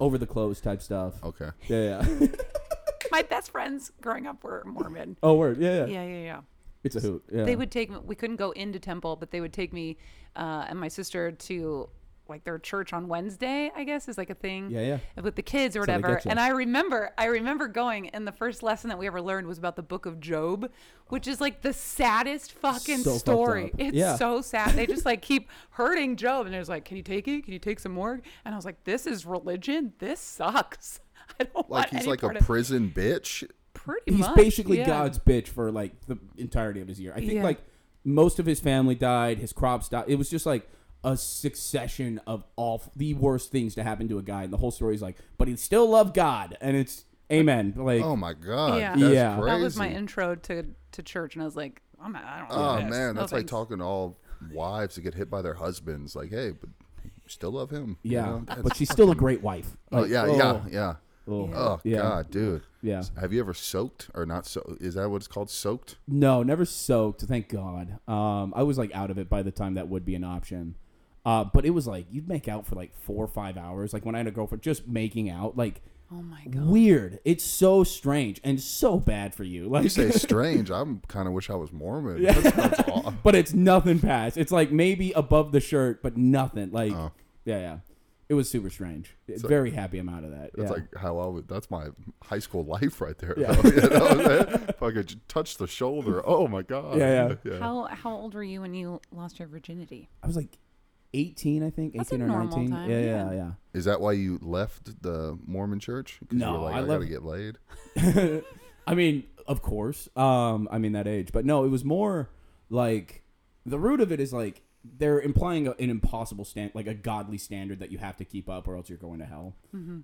[SPEAKER 5] Over the clothes type stuff.
[SPEAKER 4] Okay.
[SPEAKER 5] Yeah, yeah.
[SPEAKER 3] My best friends growing up were Mormon.
[SPEAKER 5] oh, word. Yeah, yeah.
[SPEAKER 3] Yeah, yeah, yeah.
[SPEAKER 5] It's a hoot. Yeah.
[SPEAKER 3] They would take me, we couldn't go into temple, but they would take me uh, and my sister to like their church on Wednesday, I guess is like a thing.
[SPEAKER 5] Yeah, yeah.
[SPEAKER 3] and With the kids or
[SPEAKER 5] That's how they
[SPEAKER 3] whatever.
[SPEAKER 5] get you.
[SPEAKER 3] And I remember, I remember going, and the first lesson that we ever learned was about the book of Job, which is like the saddest fucking
[SPEAKER 5] So fucked
[SPEAKER 3] story.
[SPEAKER 5] up.
[SPEAKER 3] It's
[SPEAKER 5] Yeah.
[SPEAKER 3] so sad. They just like keep hurting Job, and it was like, can you take it? Can you take some more? And I was like, this is religion. This sucks. I don't
[SPEAKER 4] Like
[SPEAKER 3] want
[SPEAKER 4] he's
[SPEAKER 3] any
[SPEAKER 4] like
[SPEAKER 3] part
[SPEAKER 4] a
[SPEAKER 3] of-
[SPEAKER 4] prison bitch.
[SPEAKER 3] pretty
[SPEAKER 5] He's
[SPEAKER 3] much,
[SPEAKER 5] basically
[SPEAKER 3] yeah.
[SPEAKER 5] God's bitch for like the entirety of his year. I think
[SPEAKER 3] Yeah.
[SPEAKER 5] like most of his family died. His crops died. It was just like a succession of all the worst things to happen to a guy. And the whole story is like, but he still loved God, and it's amen. Like,
[SPEAKER 4] Oh my god.
[SPEAKER 3] Yeah.
[SPEAKER 4] That's
[SPEAKER 5] Yeah.
[SPEAKER 4] Crazy.
[SPEAKER 3] That was my intro to to church, and I was like, I'm not, I don't. know
[SPEAKER 4] Oh
[SPEAKER 3] this.
[SPEAKER 4] man,
[SPEAKER 3] No
[SPEAKER 4] that's like
[SPEAKER 3] thanks.
[SPEAKER 4] talking to all wives that get hit by their husbands. Like, hey, but you still love him. you
[SPEAKER 5] yeah.
[SPEAKER 4] know? That's-
[SPEAKER 5] but she's still a great wife.
[SPEAKER 4] oh
[SPEAKER 5] Like,
[SPEAKER 4] yeah, yeah, yeah.
[SPEAKER 5] oh,
[SPEAKER 4] Oh
[SPEAKER 5] yeah.
[SPEAKER 4] god, dude.
[SPEAKER 5] Yeah.
[SPEAKER 4] Have you ever soaked or not? So is that what it's called? Soaked?
[SPEAKER 5] No, never soaked. Thank God. Um, I was like out of it by the time that would be an option. Uh, but it was like you'd make out for like four or five hours. Like when I had a girlfriend, just making out, like
[SPEAKER 3] Oh my god.
[SPEAKER 5] weird. It's so strange and so bad for you. Like,
[SPEAKER 4] You say strange. I'm kind of wish I was Mormon. That's, that's aw-
[SPEAKER 5] but it's nothing past. It's like maybe above the shirt, but nothing. Like,
[SPEAKER 4] Oh.
[SPEAKER 5] yeah, yeah. It was super strange. Very happy I'm out of that.
[SPEAKER 4] That's
[SPEAKER 5] yeah.
[SPEAKER 4] like how I would. That's my high school life right there.
[SPEAKER 5] Yeah.
[SPEAKER 4] though, you know? if I could j- touch the shoulder, oh my god.
[SPEAKER 5] Yeah, yeah.
[SPEAKER 3] How how old were you when you lost your virginity?
[SPEAKER 5] I was like 18, I think, 18
[SPEAKER 3] That's a
[SPEAKER 5] or
[SPEAKER 3] normal
[SPEAKER 5] 19.
[SPEAKER 3] time,
[SPEAKER 5] yeah,
[SPEAKER 3] yeah.
[SPEAKER 5] yeah, yeah.
[SPEAKER 4] Is that why you left the Mormon church? 'Cause you
[SPEAKER 5] No,
[SPEAKER 4] were like,
[SPEAKER 5] I
[SPEAKER 4] I,
[SPEAKER 5] left-
[SPEAKER 4] gotta get laid.
[SPEAKER 5] I mean, of course. Um, I mean that age, but no, it was more like the root of it is like they're implying a, an impossible stand, like a godly standard that you have to keep up, or else you're going to hell.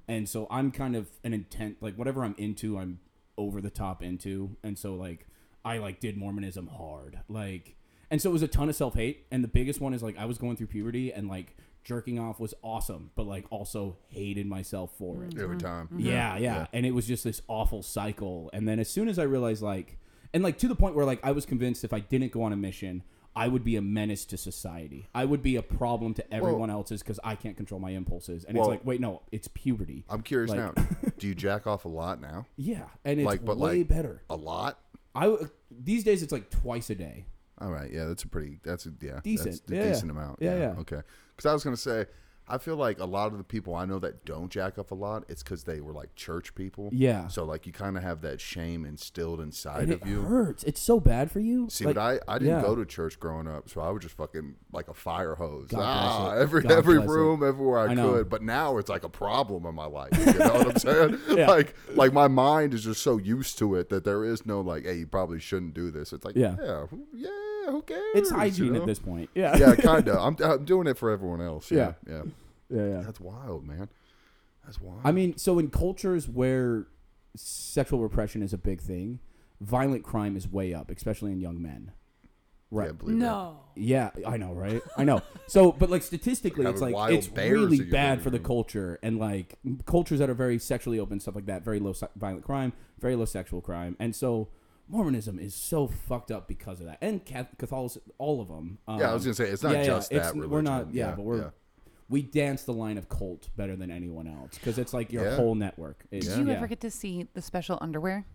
[SPEAKER 5] And so I'm kind of an intent, like whatever I'm into, I'm over the top into, and so like I like did Mormonism hard, like, and so it was a ton of self hate, and the biggest one is like I was going through puberty and like jerking off was awesome, but like also hated myself for it.
[SPEAKER 4] Every time.
[SPEAKER 5] Yeah, yeah, And it was just this awful cycle. And then as soon as I realized, like, and like to the point where like I was convinced if I didn't go on a mission, I would be a menace to society. I would be a problem to everyone else's because I can't control my impulses. And
[SPEAKER 4] Well-
[SPEAKER 5] it's like, wait, no, it's puberty.
[SPEAKER 4] I'm curious
[SPEAKER 5] Like-
[SPEAKER 4] now. Do you jack off a lot now?
[SPEAKER 5] yeah, and it's
[SPEAKER 4] Like, but,
[SPEAKER 5] way
[SPEAKER 4] like-
[SPEAKER 5] better.
[SPEAKER 4] A lot.
[SPEAKER 5] I w- these days it's like twice a day.
[SPEAKER 4] All right. Yeah, that's a pretty. That's a, yeah.
[SPEAKER 5] Decent,
[SPEAKER 4] That's a
[SPEAKER 5] yeah, yeah.
[SPEAKER 4] decent amount.
[SPEAKER 5] Yeah, yeah.
[SPEAKER 4] Okay. Because I was gonna say, I feel like a lot of the people I know that don't jack up a lot, it's because they were like church people.
[SPEAKER 5] Yeah.
[SPEAKER 4] So like you kind of have that shame instilled inside
[SPEAKER 5] And it
[SPEAKER 4] of you.
[SPEAKER 5] hurts. It's so bad for you.
[SPEAKER 4] See,
[SPEAKER 5] Like,
[SPEAKER 4] but I, I didn't
[SPEAKER 5] yeah.
[SPEAKER 4] go to church growing up, so I was just fucking like a fire hose.
[SPEAKER 5] God
[SPEAKER 4] ah,
[SPEAKER 5] bless it.
[SPEAKER 4] every
[SPEAKER 5] God
[SPEAKER 4] every
[SPEAKER 5] bless it.
[SPEAKER 4] room, everywhere I,
[SPEAKER 5] I know.
[SPEAKER 4] could. But now it's like a problem in my life. You know what I'm saying?
[SPEAKER 5] Yeah.
[SPEAKER 4] Like like my mind is just so used to it that there is no like, hey, you probably shouldn't do this. It's like, yeah,
[SPEAKER 5] Yeah.
[SPEAKER 4] yeah, who, yeah, who cares?
[SPEAKER 5] It's
[SPEAKER 4] you
[SPEAKER 5] hygiene
[SPEAKER 4] know?
[SPEAKER 5] at this point. Yeah.
[SPEAKER 4] yeah, kind of. I'm, I'm doing it for everyone else. Yeah, yeah,
[SPEAKER 5] yeah, yeah.
[SPEAKER 4] That's wild, man. That's wild.
[SPEAKER 5] I mean, so in cultures where sexual repression is a big thing, violent crime is way up, especially in young men.
[SPEAKER 4] Can't
[SPEAKER 5] Right.
[SPEAKER 4] believe that.
[SPEAKER 3] No.
[SPEAKER 5] Yeah, I know, right? I know. So, but like statistically,
[SPEAKER 4] Like
[SPEAKER 5] it's
[SPEAKER 4] having
[SPEAKER 5] like
[SPEAKER 4] wild
[SPEAKER 5] it's
[SPEAKER 4] bears
[SPEAKER 5] really
[SPEAKER 4] in your
[SPEAKER 5] bad
[SPEAKER 4] living
[SPEAKER 5] for the
[SPEAKER 4] room.
[SPEAKER 5] culture, and like cultures that are very sexually open, stuff like that, very low se- violent crime, very low sexual crime, and so Mormonism is so fucked up because of that, and Cath- Catholicism, all of them. Um,
[SPEAKER 4] Yeah, I was gonna say, it's not just that
[SPEAKER 5] We're
[SPEAKER 4] religion.
[SPEAKER 5] not, yeah,
[SPEAKER 4] Yeah,
[SPEAKER 5] but we're.
[SPEAKER 4] yeah.
[SPEAKER 5] We dance the line of cult better than anyone else because it's like your
[SPEAKER 4] Yeah.
[SPEAKER 5] whole network. Is,
[SPEAKER 3] Did you
[SPEAKER 5] yeah.
[SPEAKER 3] ever get to see the special underwear?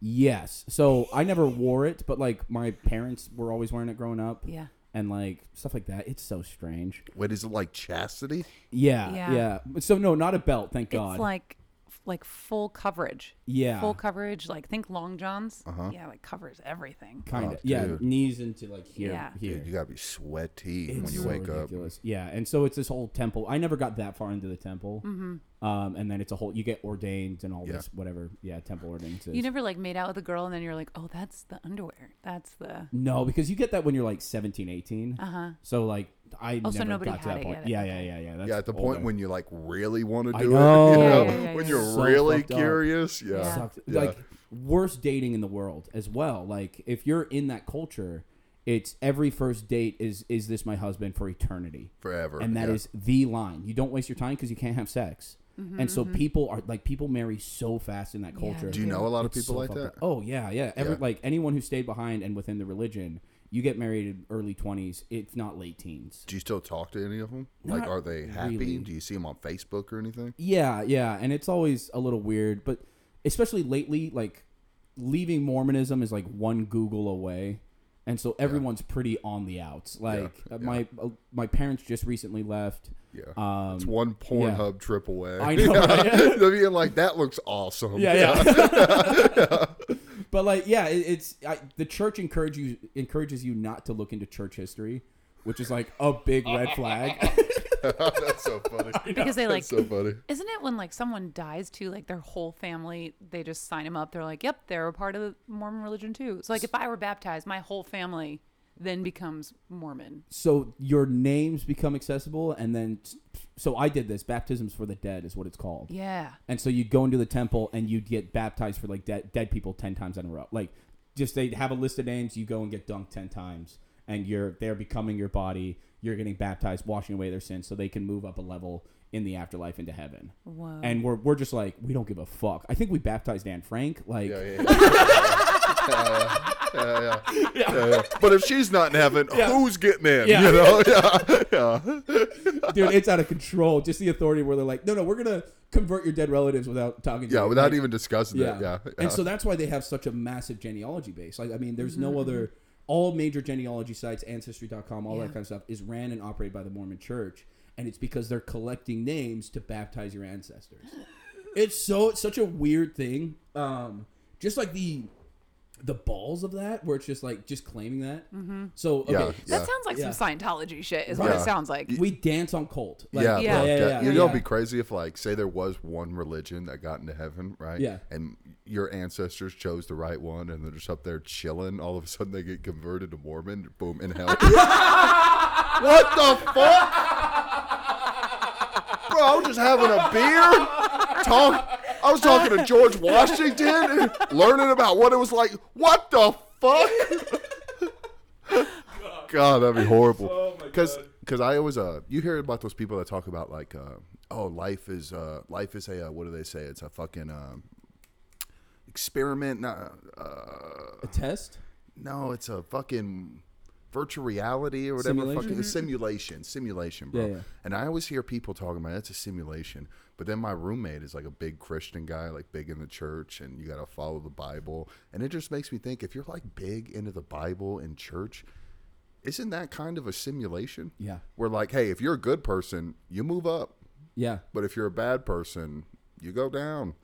[SPEAKER 5] Yes. So I never wore it, but like my parents were always wearing it growing up.
[SPEAKER 3] Yeah.
[SPEAKER 5] And like stuff like that. It's so strange.
[SPEAKER 4] Wait, is it like chastity?
[SPEAKER 5] Yeah.
[SPEAKER 3] Yeah.
[SPEAKER 5] Yeah. So no, not a belt, thank
[SPEAKER 3] It's
[SPEAKER 5] God.
[SPEAKER 3] like like full coverage.
[SPEAKER 5] Yeah.
[SPEAKER 3] Full coverage. Like think long johns. Yeah, like covers everything.
[SPEAKER 5] kind of.
[SPEAKER 4] Oh,
[SPEAKER 5] Yeah,
[SPEAKER 4] dude.
[SPEAKER 5] knees into like here.
[SPEAKER 3] Yeah.
[SPEAKER 5] here.
[SPEAKER 4] Dude, you gotta be sweaty when
[SPEAKER 5] It's
[SPEAKER 4] you
[SPEAKER 5] so
[SPEAKER 4] wake up.
[SPEAKER 5] ridiculous. Yeah, and so it's this whole temple. I never got that far into the temple. Mm-hmm. Um, and then it's a whole you get ordained and all
[SPEAKER 4] Yeah.
[SPEAKER 5] this whatever. Yeah, temple ordained.
[SPEAKER 3] You never like made out with a girl and then you're like, oh, that's the underwear. That's the.
[SPEAKER 5] No, because you get that when you're like 17, 18. Uh-huh. So like I
[SPEAKER 3] Oh, so
[SPEAKER 5] never
[SPEAKER 3] nobody
[SPEAKER 5] got to
[SPEAKER 3] had
[SPEAKER 5] that
[SPEAKER 3] it
[SPEAKER 5] point.
[SPEAKER 3] yet.
[SPEAKER 5] Yeah, yeah, yeah, yeah. That's
[SPEAKER 4] Yeah, at the
[SPEAKER 5] older.
[SPEAKER 4] point when you like really want to do
[SPEAKER 5] I
[SPEAKER 4] it, you
[SPEAKER 5] know.
[SPEAKER 4] know,
[SPEAKER 5] Yeah,
[SPEAKER 3] yeah, yeah,
[SPEAKER 4] when
[SPEAKER 3] yeah.
[SPEAKER 4] you're
[SPEAKER 5] So
[SPEAKER 4] really
[SPEAKER 5] fucked up.
[SPEAKER 4] curious. Yeah, yeah.
[SPEAKER 5] Sucked. like worst dating in the world as well. Like if you're in that culture, it's every first date is is this my husband for eternity.
[SPEAKER 4] forever.
[SPEAKER 5] and that
[SPEAKER 4] yeah.
[SPEAKER 5] is the line. You don't waste your time because you can't have sex. and so people are like people marry so fast in that culture.
[SPEAKER 4] Do you know a lot of
[SPEAKER 5] It's
[SPEAKER 4] people
[SPEAKER 5] so
[SPEAKER 4] like
[SPEAKER 5] fucked
[SPEAKER 4] that?
[SPEAKER 5] up. Oh yeah, yeah. Every,
[SPEAKER 4] Yeah.
[SPEAKER 5] Like anyone who stayed behind and within the religion, you get married in early twenties, if not late teens.
[SPEAKER 4] Do you still talk to any of them? like,
[SPEAKER 5] Not
[SPEAKER 4] are they happy?
[SPEAKER 5] really.
[SPEAKER 4] Do you see them on Facebook or anything?
[SPEAKER 5] Yeah, yeah, and it's always a little weird, but especially lately, like leaving Mormonism is like one Google away, and so everyone's pretty on the outs. Like uh, my uh, my parents just recently left.
[SPEAKER 4] Yeah,
[SPEAKER 5] Um,
[SPEAKER 4] it's one Pornhub trip away.
[SPEAKER 5] I know, right?
[SPEAKER 4] They're being like, that looks awesome.
[SPEAKER 5] yeah, yeah. but like, yeah, it, it's I, the church encourage you encourages you not to look into church history, which is like a big red flag.
[SPEAKER 4] that's so funny.
[SPEAKER 3] Because they like.
[SPEAKER 4] That's so funny.
[SPEAKER 3] Isn't it when like someone dies too, like their whole family, they just sign them up. They're like, yep, they're a part of the Mormon religion too. So like if I were baptized, my whole family then becomes Mormon.
[SPEAKER 5] so your names become accessible, and then so I did this baptisms for the dead is what it's called.
[SPEAKER 3] Yeah.
[SPEAKER 5] And so you'd go into the temple and you'd get baptized for like dead, dead people 10 times in a row. Like just they'd have a list of names, you go and get dunked 10 times and you're they're becoming your body, you're getting baptized, washing away their sins so they can move up a level in the afterlife into heaven.
[SPEAKER 3] Whoa.
[SPEAKER 5] And we're, we're just like, we don't give a fuck. I think we baptized Anne Frank. Like,
[SPEAKER 4] Yeah, yeah, yeah. Yeah, yeah, yeah. Yeah, yeah. But if she's not in heaven, who's getting in?
[SPEAKER 5] Yeah.
[SPEAKER 4] You know? Yeah. yeah.
[SPEAKER 5] dude, it's out of control. Just the authority where they're like, no, no, we're going to convert your dead relatives without talking to
[SPEAKER 4] Yeah,
[SPEAKER 5] you.
[SPEAKER 4] without
[SPEAKER 5] Like,
[SPEAKER 4] even discussing it. Yeah. yeah.
[SPEAKER 5] And so that's why they have such a massive genealogy base. Like, I mean, there's no other, all major genealogy sites, ancestry.com, all that kind of stuff is ran and operated by the Mormon church. And it's because they're collecting names to baptize your ancestors. It's so, it's such a weird thing. Um, just like the, the balls of that, where it's just like, just claiming that. Mm-hmm. So, okay.
[SPEAKER 4] Yeah, yeah.
[SPEAKER 3] that sounds like
[SPEAKER 5] Yeah.
[SPEAKER 3] some Scientology shit, is what
[SPEAKER 4] Yeah.
[SPEAKER 3] it sounds like.
[SPEAKER 5] We dance on cold. Like,
[SPEAKER 4] yeah,
[SPEAKER 3] yeah,
[SPEAKER 4] fuck
[SPEAKER 5] yeah,
[SPEAKER 4] that.
[SPEAKER 5] yeah,
[SPEAKER 4] you
[SPEAKER 5] yeah.
[SPEAKER 4] know, it'd be crazy if, like, say there was one religion that got into heaven, right?
[SPEAKER 5] Yeah.
[SPEAKER 4] And your ancestors chose the right one, and they're just up there chilling. All of a sudden, they get converted to Mormon. Boom, in hell. what the fuck? Bro, I was just having a beer. Talk. I was talking to George Washington, learning about what it was like. What the fuck? God, that'd be horrible. Because because I always uh you hear about those people that talk about like uh oh life is uh life is a uh, what do they say it's a fucking um experiment not uh
[SPEAKER 5] A test?
[SPEAKER 4] no it's a fucking virtual reality or whatever
[SPEAKER 5] Simulation?
[SPEAKER 4] fucking simulation simulation bro
[SPEAKER 5] Yeah, yeah.
[SPEAKER 4] and I always hear people talking about it's a simulation but then my roommate is like a big Christian guy like big in the church and you got to follow the Bible and it just makes me think if you're like big into the Bible and church isn't that kind of a simulation?
[SPEAKER 5] Yeah.
[SPEAKER 4] Where like, hey, if you're a good person, you move up,
[SPEAKER 5] Yeah.
[SPEAKER 4] but if you're a bad person, you go down.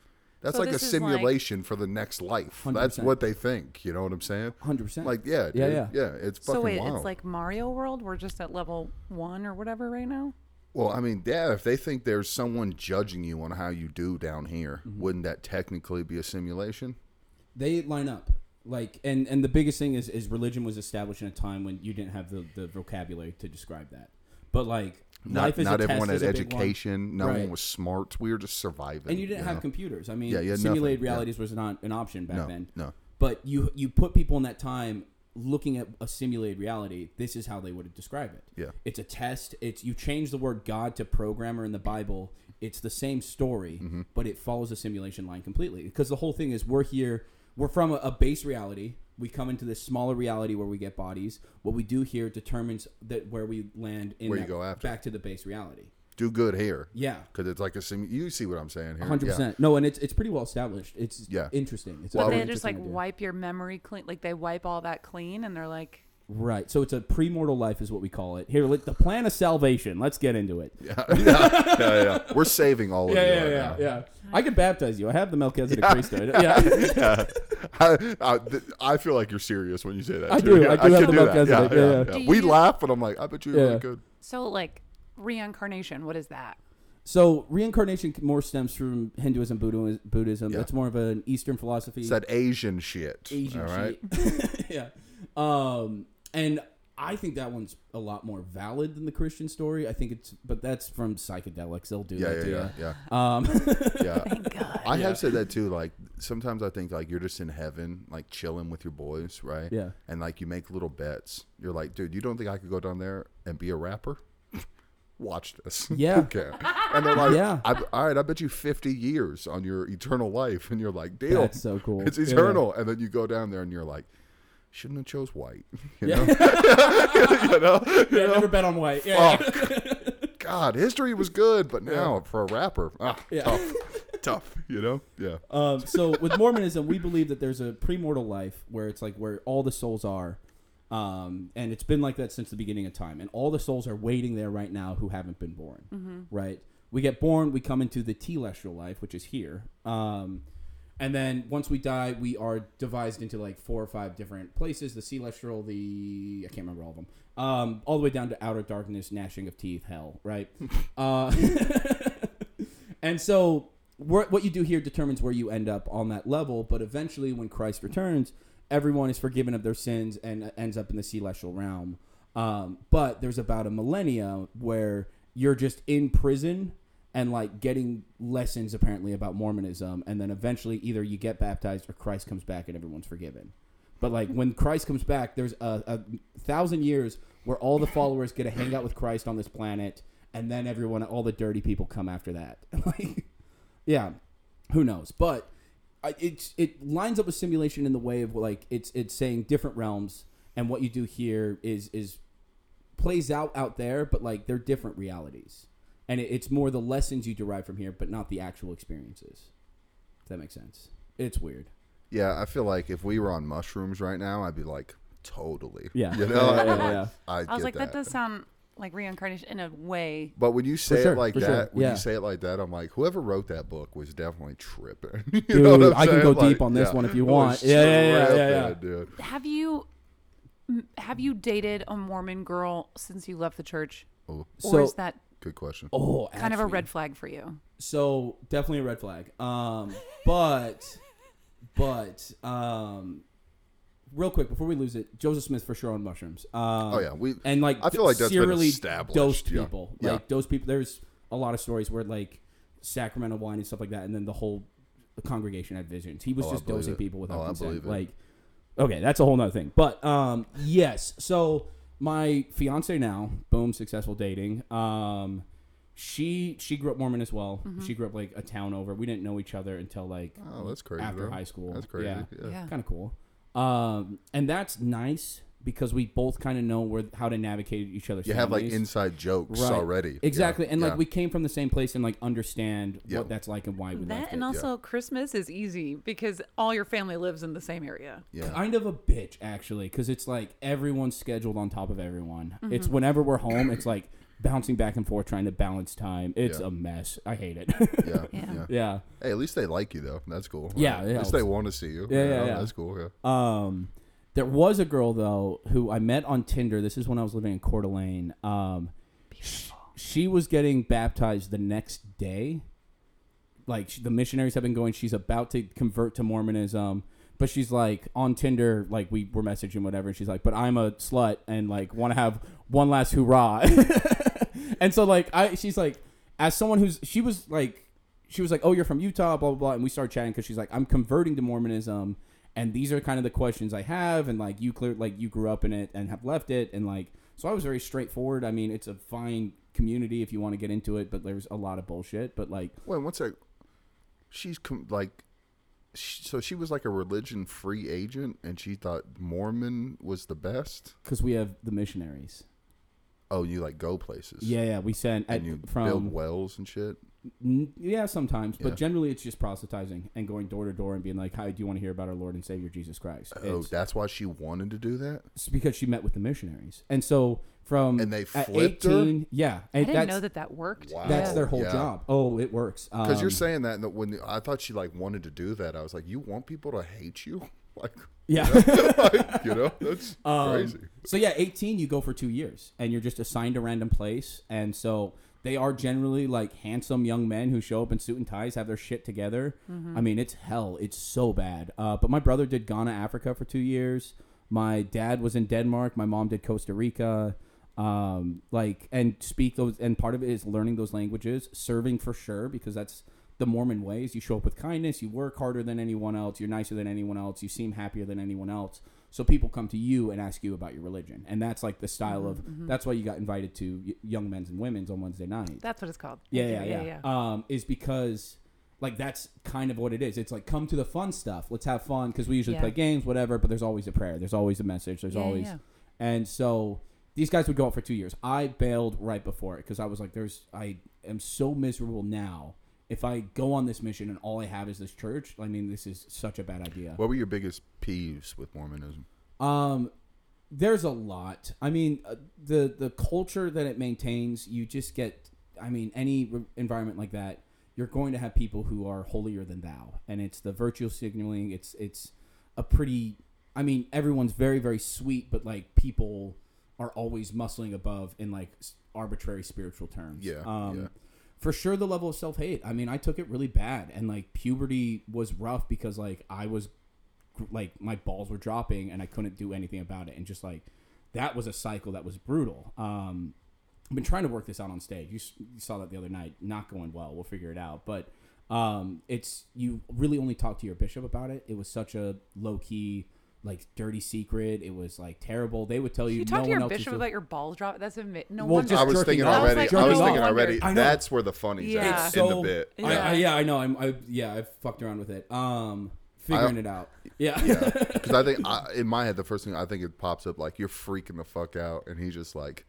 [SPEAKER 4] That's
[SPEAKER 3] So
[SPEAKER 4] like a
[SPEAKER 3] this is like-
[SPEAKER 4] simulation for the next life. That's
[SPEAKER 5] 100%.
[SPEAKER 4] what they think. You know what I'm saying?
[SPEAKER 5] 100%.
[SPEAKER 4] Like, yeah, dude,
[SPEAKER 5] Yeah,
[SPEAKER 4] yeah,
[SPEAKER 5] yeah.
[SPEAKER 4] It's fucking
[SPEAKER 3] So wait,
[SPEAKER 4] wild.
[SPEAKER 3] it's like Mario World. We're just at level one or whatever right now.
[SPEAKER 4] well, I mean, yeah. If they think there's someone judging you on how you do down here,
[SPEAKER 5] Mm-hmm.
[SPEAKER 4] wouldn't that technically be a simulation?
[SPEAKER 5] they line up like and and the biggest thing is is religion was established in a time when you didn't have the the vocabulary to describe that but like
[SPEAKER 4] Not,
[SPEAKER 5] life is
[SPEAKER 4] not
[SPEAKER 5] a
[SPEAKER 4] everyone
[SPEAKER 5] test is
[SPEAKER 4] had
[SPEAKER 5] a big one.
[SPEAKER 4] education. No
[SPEAKER 5] Right.
[SPEAKER 4] one was smart. We were just surviving.
[SPEAKER 5] and you didn't have
[SPEAKER 4] know?
[SPEAKER 5] computers i mean
[SPEAKER 4] Yeah, you had
[SPEAKER 5] simulated
[SPEAKER 4] nothing, yeah.
[SPEAKER 5] realities was not an option back
[SPEAKER 4] No,
[SPEAKER 5] then
[SPEAKER 4] no.
[SPEAKER 5] but you you put people in that time looking at a simulated reality this is how they would describe it
[SPEAKER 4] Yeah.
[SPEAKER 5] it's a test it's you change the word god to programmer in the bible it's the same story
[SPEAKER 4] Mm-hmm.
[SPEAKER 5] but it follows a simulation line completely because the whole thing is we're here we're from a, a base reality we come into this smaller reality where we get bodies what we do here determines that where we land in
[SPEAKER 4] Where you
[SPEAKER 5] that-
[SPEAKER 4] go after.
[SPEAKER 5] back to the base reality
[SPEAKER 4] do good here.
[SPEAKER 5] Yeah.
[SPEAKER 4] Because it's like a sim. You see what I'm saying here?
[SPEAKER 5] 100%
[SPEAKER 4] Yeah.
[SPEAKER 5] no and it's it's pretty well established it's
[SPEAKER 4] Yeah.
[SPEAKER 5] interesting it's a
[SPEAKER 4] Well,
[SPEAKER 5] very
[SPEAKER 3] They just
[SPEAKER 5] interesting
[SPEAKER 3] like
[SPEAKER 5] idea.
[SPEAKER 3] wipe your memory clean. Like they wipe all that clean, and they're like,
[SPEAKER 5] Right. So it's a premortal life, is what we call it. Here, like the plan of salvation. Let's get into it. Yeah,
[SPEAKER 4] yeah, yeah, yeah. We're saving all of you right now.
[SPEAKER 5] I could baptize you. I have the Melchizedek priesthood. Yeah,
[SPEAKER 4] Yeah. I, I, th- I feel like you're serious when you say that.
[SPEAKER 5] I
[SPEAKER 4] too.
[SPEAKER 5] do.
[SPEAKER 4] Yeah,
[SPEAKER 5] I do have
[SPEAKER 4] could
[SPEAKER 5] the
[SPEAKER 4] that.
[SPEAKER 5] Melchizedek.
[SPEAKER 4] Yeah,
[SPEAKER 5] Yeah,
[SPEAKER 4] yeah,
[SPEAKER 5] yeah.
[SPEAKER 4] yeah.
[SPEAKER 3] Do
[SPEAKER 4] We
[SPEAKER 3] you-
[SPEAKER 4] laugh, but I'm like, I bet you're
[SPEAKER 5] Yeah.
[SPEAKER 4] really good.
[SPEAKER 3] So like reincarnation, what is that?
[SPEAKER 5] So reincarnation more stems from Hinduism, Buddha- Buddhism.
[SPEAKER 4] Yeah.
[SPEAKER 5] That's more of an Eastern philosophy.
[SPEAKER 4] It's that Asian shit.
[SPEAKER 5] Asian
[SPEAKER 4] all right.
[SPEAKER 5] shit. yeah. Um, and I think that one's a lot more valid than the Christian story. I think it's, but that's from psychedelics. They'll do
[SPEAKER 4] Yeah,
[SPEAKER 5] that
[SPEAKER 4] yeah,
[SPEAKER 5] to
[SPEAKER 4] yeah,
[SPEAKER 5] you.
[SPEAKER 4] yeah.
[SPEAKER 5] Um,
[SPEAKER 4] yeah.
[SPEAKER 3] God.
[SPEAKER 4] I have said that too. Like sometimes I think like you're just in heaven, like chilling with your boys, right?
[SPEAKER 5] Yeah.
[SPEAKER 4] And like you make little bets. You're like, dude, you don't think I could go down there and be a rapper? Watch this.
[SPEAKER 5] Yeah.
[SPEAKER 4] Who cares? And they're like,
[SPEAKER 5] Yeah.
[SPEAKER 4] I, all right, I bet you 50 years on your eternal life, and you're like, damn,
[SPEAKER 5] That's so cool.
[SPEAKER 4] It's
[SPEAKER 5] Yeah, yeah.
[SPEAKER 4] eternal. And then you go down there and you're like, shouldn't have chose white. You
[SPEAKER 5] Yeah.
[SPEAKER 4] know?
[SPEAKER 5] yeah, never bet on white. Yeah.
[SPEAKER 4] Fuck. God, history was good, but now for a rapper, ah,
[SPEAKER 5] Yeah.
[SPEAKER 4] tough, tough. You know? Yeah.
[SPEAKER 5] Um, so with Mormonism, we believe that there's a premortal life where it's like where all the souls are, um, and it's been like that since the beginning of time, and all the souls are waiting there right now who haven't been born. Right? We get born, we come into the telestial life, which is here, um, and then once we die, we are devised into like four or five different places: the celestial, the I can't remember all of them, um, all the way down to outer darkness, gnashing of teeth, hell. Right? uh, And so wh- what you do here determines where you end up on that level. But eventually, when Christ returns, everyone is forgiven of their sins and uh, ends up in the celestial realm. Um, but there's about a millennia where you're just in prison and like getting lessons apparently about Mormonism. And then eventually, either you get baptized or Christ comes back and everyone's forgiven. But like when Christ comes back, there's a, a thousand years where all the followers get to hang out with Christ on this planet, and then everyone, all the dirty people, come after that. like, yeah, who knows? But I, it's it lines up with simulation in the way of like it's it's saying different realms, and what you do here is is plays out out there, but like they're different realities, and it, it's more the lessons you derive from here, but not the actual experiences. If that makes sense, it's weird.
[SPEAKER 4] Yeah, I feel like if we were on mushrooms right now, I'd be like, totally.
[SPEAKER 5] Yeah.
[SPEAKER 4] You know?
[SPEAKER 5] Yeah, yeah, yeah.
[SPEAKER 4] I,
[SPEAKER 3] I was
[SPEAKER 4] get
[SPEAKER 3] like, that.
[SPEAKER 4] that.
[SPEAKER 3] does sound like reincarnation in a way.
[SPEAKER 4] But when you say
[SPEAKER 5] sure,
[SPEAKER 4] it like
[SPEAKER 5] for
[SPEAKER 4] that,
[SPEAKER 5] sure,
[SPEAKER 4] when
[SPEAKER 5] yeah.
[SPEAKER 4] you say it like that, I'm like, whoever wrote that book was definitely tripping. you
[SPEAKER 5] Dude,
[SPEAKER 4] know what I'm
[SPEAKER 5] I can
[SPEAKER 4] saying?
[SPEAKER 5] go
[SPEAKER 4] Like,
[SPEAKER 5] deep on this
[SPEAKER 4] yeah.
[SPEAKER 5] one if you
[SPEAKER 4] Was
[SPEAKER 5] want. Yeah, yeah, yeah, yeah,
[SPEAKER 4] tripping,
[SPEAKER 5] yeah.
[SPEAKER 4] dude.
[SPEAKER 3] Have you m- have you dated a Mormon girl since you left the church? or
[SPEAKER 5] So-
[SPEAKER 3] is that
[SPEAKER 4] Good question.
[SPEAKER 5] Oh,
[SPEAKER 3] kind of a
[SPEAKER 5] actually.
[SPEAKER 3] red flag for you?
[SPEAKER 5] So definitely a red flag. Um, but, but, um, real quick before we lose it, Joseph Smith for sure on mushrooms. Um,
[SPEAKER 4] Oh, yeah, we-
[SPEAKER 5] and like
[SPEAKER 4] I feel like that's been
[SPEAKER 5] serially
[SPEAKER 4] established,
[SPEAKER 5] Dosed
[SPEAKER 4] yeah.
[SPEAKER 5] people,
[SPEAKER 4] Yeah.
[SPEAKER 5] like those people. There's a lot of stories where like Sacramento wine and stuff like that, and then the whole congregation had visions. He was
[SPEAKER 4] Oh, I
[SPEAKER 5] just
[SPEAKER 4] believe
[SPEAKER 5] dosing
[SPEAKER 4] it.
[SPEAKER 5] people without
[SPEAKER 4] Oh, I
[SPEAKER 5] consent.
[SPEAKER 4] believe it.
[SPEAKER 5] Like, okay, that's a whole nother thing. But um, yes, so my fiance now, boom, successful dating. Um, she she grew up Mormon as well. She grew up like a town over. We didn't know each other until like
[SPEAKER 4] Oh, that's crazy.
[SPEAKER 5] after
[SPEAKER 4] though.
[SPEAKER 5] high school.
[SPEAKER 4] That's crazy.
[SPEAKER 5] Yeah.
[SPEAKER 4] yeah.
[SPEAKER 3] Yeah.
[SPEAKER 5] kind of cool. Um, and that's nice because we both kind of know where how to navigate each other's.
[SPEAKER 4] You have like
[SPEAKER 5] families.
[SPEAKER 4] inside jokes
[SPEAKER 5] Right.
[SPEAKER 4] already. Yeah,
[SPEAKER 5] Exactly, and like
[SPEAKER 4] yeah.
[SPEAKER 5] we came from the same place and like understand
[SPEAKER 4] Yeah.
[SPEAKER 5] what that's like and why we
[SPEAKER 3] That
[SPEAKER 5] left
[SPEAKER 3] and
[SPEAKER 5] it.
[SPEAKER 3] also Christmas is easy because all your family lives in the same area.
[SPEAKER 4] Yeah.
[SPEAKER 5] Kind of a bitch actually, because it's like everyone's scheduled on top of everyone. It's whenever we're home, it's like bouncing back and forth trying to balance time. It's
[SPEAKER 4] Yeah.
[SPEAKER 5] a mess. I hate it.
[SPEAKER 4] yeah,
[SPEAKER 3] Yeah.
[SPEAKER 4] yeah.
[SPEAKER 5] yeah.
[SPEAKER 4] Hey, at least they like you though. That's cool.
[SPEAKER 5] Yeah,
[SPEAKER 4] At
[SPEAKER 5] it helps.
[SPEAKER 4] least they want to see you.
[SPEAKER 5] Yeah,
[SPEAKER 4] you
[SPEAKER 5] yeah,
[SPEAKER 4] know?
[SPEAKER 5] yeah.
[SPEAKER 4] That's cool. Yeah.
[SPEAKER 5] Um, there was a girl though who I met on Tinder. This is when I was living in Coeur d'Alene. Um, sh- she was getting baptized the next day. Like sh the missionaries have been going. She's about to convert to Mormonism, but she's like on Tinder. Like we were messaging whatever. And she's like, but I'm a slut and like want to have one last hoorah. and so like I, she's like, as someone who's she was like she was like, "Oh, you're from Utah, blah blah blah," and we started chatting because she's like, "I'm converting to Mormonism, and these are kind of the questions I have, and like you clear, like you grew up in it and have left it, and like so I was very straightforward. I mean, it's a fine community if you want to get into it, but there's a lot of bullshit. But like,
[SPEAKER 4] Wait, one sec. She's com- like, sh so she was like a religion free agent, and she thought Mormon was the best.
[SPEAKER 5] because we have the missionaries,
[SPEAKER 4] Oh, you like go places.
[SPEAKER 5] yeah, yeah, we sent at,
[SPEAKER 4] And you
[SPEAKER 5] from
[SPEAKER 4] build wells and shit.
[SPEAKER 5] N- Yeah, sometimes,
[SPEAKER 4] Yeah.
[SPEAKER 5] but generally it's just proselytizing and going door to door and being like, "Hi, do you want to hear about our Lord and Savior Jesus Christ?"
[SPEAKER 4] Oh,
[SPEAKER 5] It's-
[SPEAKER 4] that's why she wanted to do that.
[SPEAKER 5] it's because she met with the missionaries, and so from
[SPEAKER 4] And they
[SPEAKER 5] at
[SPEAKER 4] flipped her?
[SPEAKER 5] eighteen, yeah,
[SPEAKER 3] I
[SPEAKER 5] and
[SPEAKER 3] didn't
[SPEAKER 5] that's,
[SPEAKER 3] know that that worked.
[SPEAKER 4] Wow.
[SPEAKER 5] That's their whole
[SPEAKER 4] Yeah.
[SPEAKER 5] job. Oh, it works.
[SPEAKER 4] Because
[SPEAKER 5] Um,
[SPEAKER 4] you're saying that, and that when I thought she like wanted to do that, I was like, you want people to hate you, like,
[SPEAKER 5] yeah.
[SPEAKER 4] like, you know, that's
[SPEAKER 5] Um,
[SPEAKER 4] crazy.
[SPEAKER 5] So yeah, 18 you go for 2 years and you're just assigned a random place and so they are generally like handsome young men who show up in suit and ties, have their shit together. I mean, it's hell. It's so bad. Uh, but my brother did Ghana, Africa for two years. My dad was in Denmark. My mom did Costa Rica. Um, like and speak those. And part of it is learning those languages, serving for sure because that's the Mormon way is you show up with kindness, you work harder than anyone else, you're nicer than anyone else, you seem happier than anyone else. So people come to you and ask you about your religion. And that's like the style of that's why you got invited to y- young men's and women's on Wednesday night.
[SPEAKER 3] That's what it's called.
[SPEAKER 5] yeah,
[SPEAKER 3] Thank
[SPEAKER 5] yeah,
[SPEAKER 3] you.
[SPEAKER 5] yeah, Um, is because like that's kind of what it is. It's like come to the fun stuff. Let's have fun because we usually
[SPEAKER 3] Yeah.
[SPEAKER 5] play games, whatever. But there's always a prayer. There's always a message. There's
[SPEAKER 3] Yeah, yeah,
[SPEAKER 5] always
[SPEAKER 3] yeah.
[SPEAKER 5] and so these guys would go out for two years. I bailed right before it because I was like, "There's I am so miserable now. If I go on this mission and all I have is this church, I mean, this is such a bad idea."
[SPEAKER 4] What were your biggest peeves with Mormonism?
[SPEAKER 5] Um, there's a lot. I mean, uh, the the culture that it maintains, you just get. I mean, any re- environment like that, you're going to have people who are holier than thou, and it's the virtue signaling. It's it's a pretty. I mean, everyone's very very sweet, but like people are always muscling above in like s- arbitrary spiritual terms.
[SPEAKER 4] Yeah,
[SPEAKER 5] Um,
[SPEAKER 4] yeah.
[SPEAKER 5] for sure the level of self hate. I mean, I took it really bad, and like puberty was rough because like I was gr- like my balls were dropping and I couldn't do anything about it, and just like that was a cycle that was brutal. Um, I've been trying to work this out on stage. You, s- you saw that the other night, not going well. We'll figure it out, but um, it's you really only talk to your bishop about it. It was such a low key. Like dirty secret, it was like terrible. They would tell you.
[SPEAKER 3] You talk
[SPEAKER 5] no
[SPEAKER 3] to
[SPEAKER 5] one
[SPEAKER 3] your
[SPEAKER 5] else was
[SPEAKER 3] bishop
[SPEAKER 5] doing-
[SPEAKER 3] about your balls drop. That's a mi- no
[SPEAKER 5] Well,
[SPEAKER 3] wonder.
[SPEAKER 5] just
[SPEAKER 4] I was
[SPEAKER 5] jerking
[SPEAKER 4] thinking
[SPEAKER 5] off.
[SPEAKER 4] already.
[SPEAKER 3] I was like,
[SPEAKER 4] I was
[SPEAKER 5] oh,
[SPEAKER 4] thinking
[SPEAKER 3] no
[SPEAKER 4] already.
[SPEAKER 3] wonder.
[SPEAKER 5] I know.
[SPEAKER 4] That's where the funny's
[SPEAKER 3] Yeah.
[SPEAKER 4] at
[SPEAKER 3] It's
[SPEAKER 4] in the bit.
[SPEAKER 5] I- I-
[SPEAKER 3] uh, Yeah.
[SPEAKER 5] yeah. I, know. I'm, I, yeah, I've fucked around with it. Um, figuring it out. Yeah.
[SPEAKER 4] Because I think I, in my head, the first thing I think it pops up like you're freaking the fuck out, and he's just like,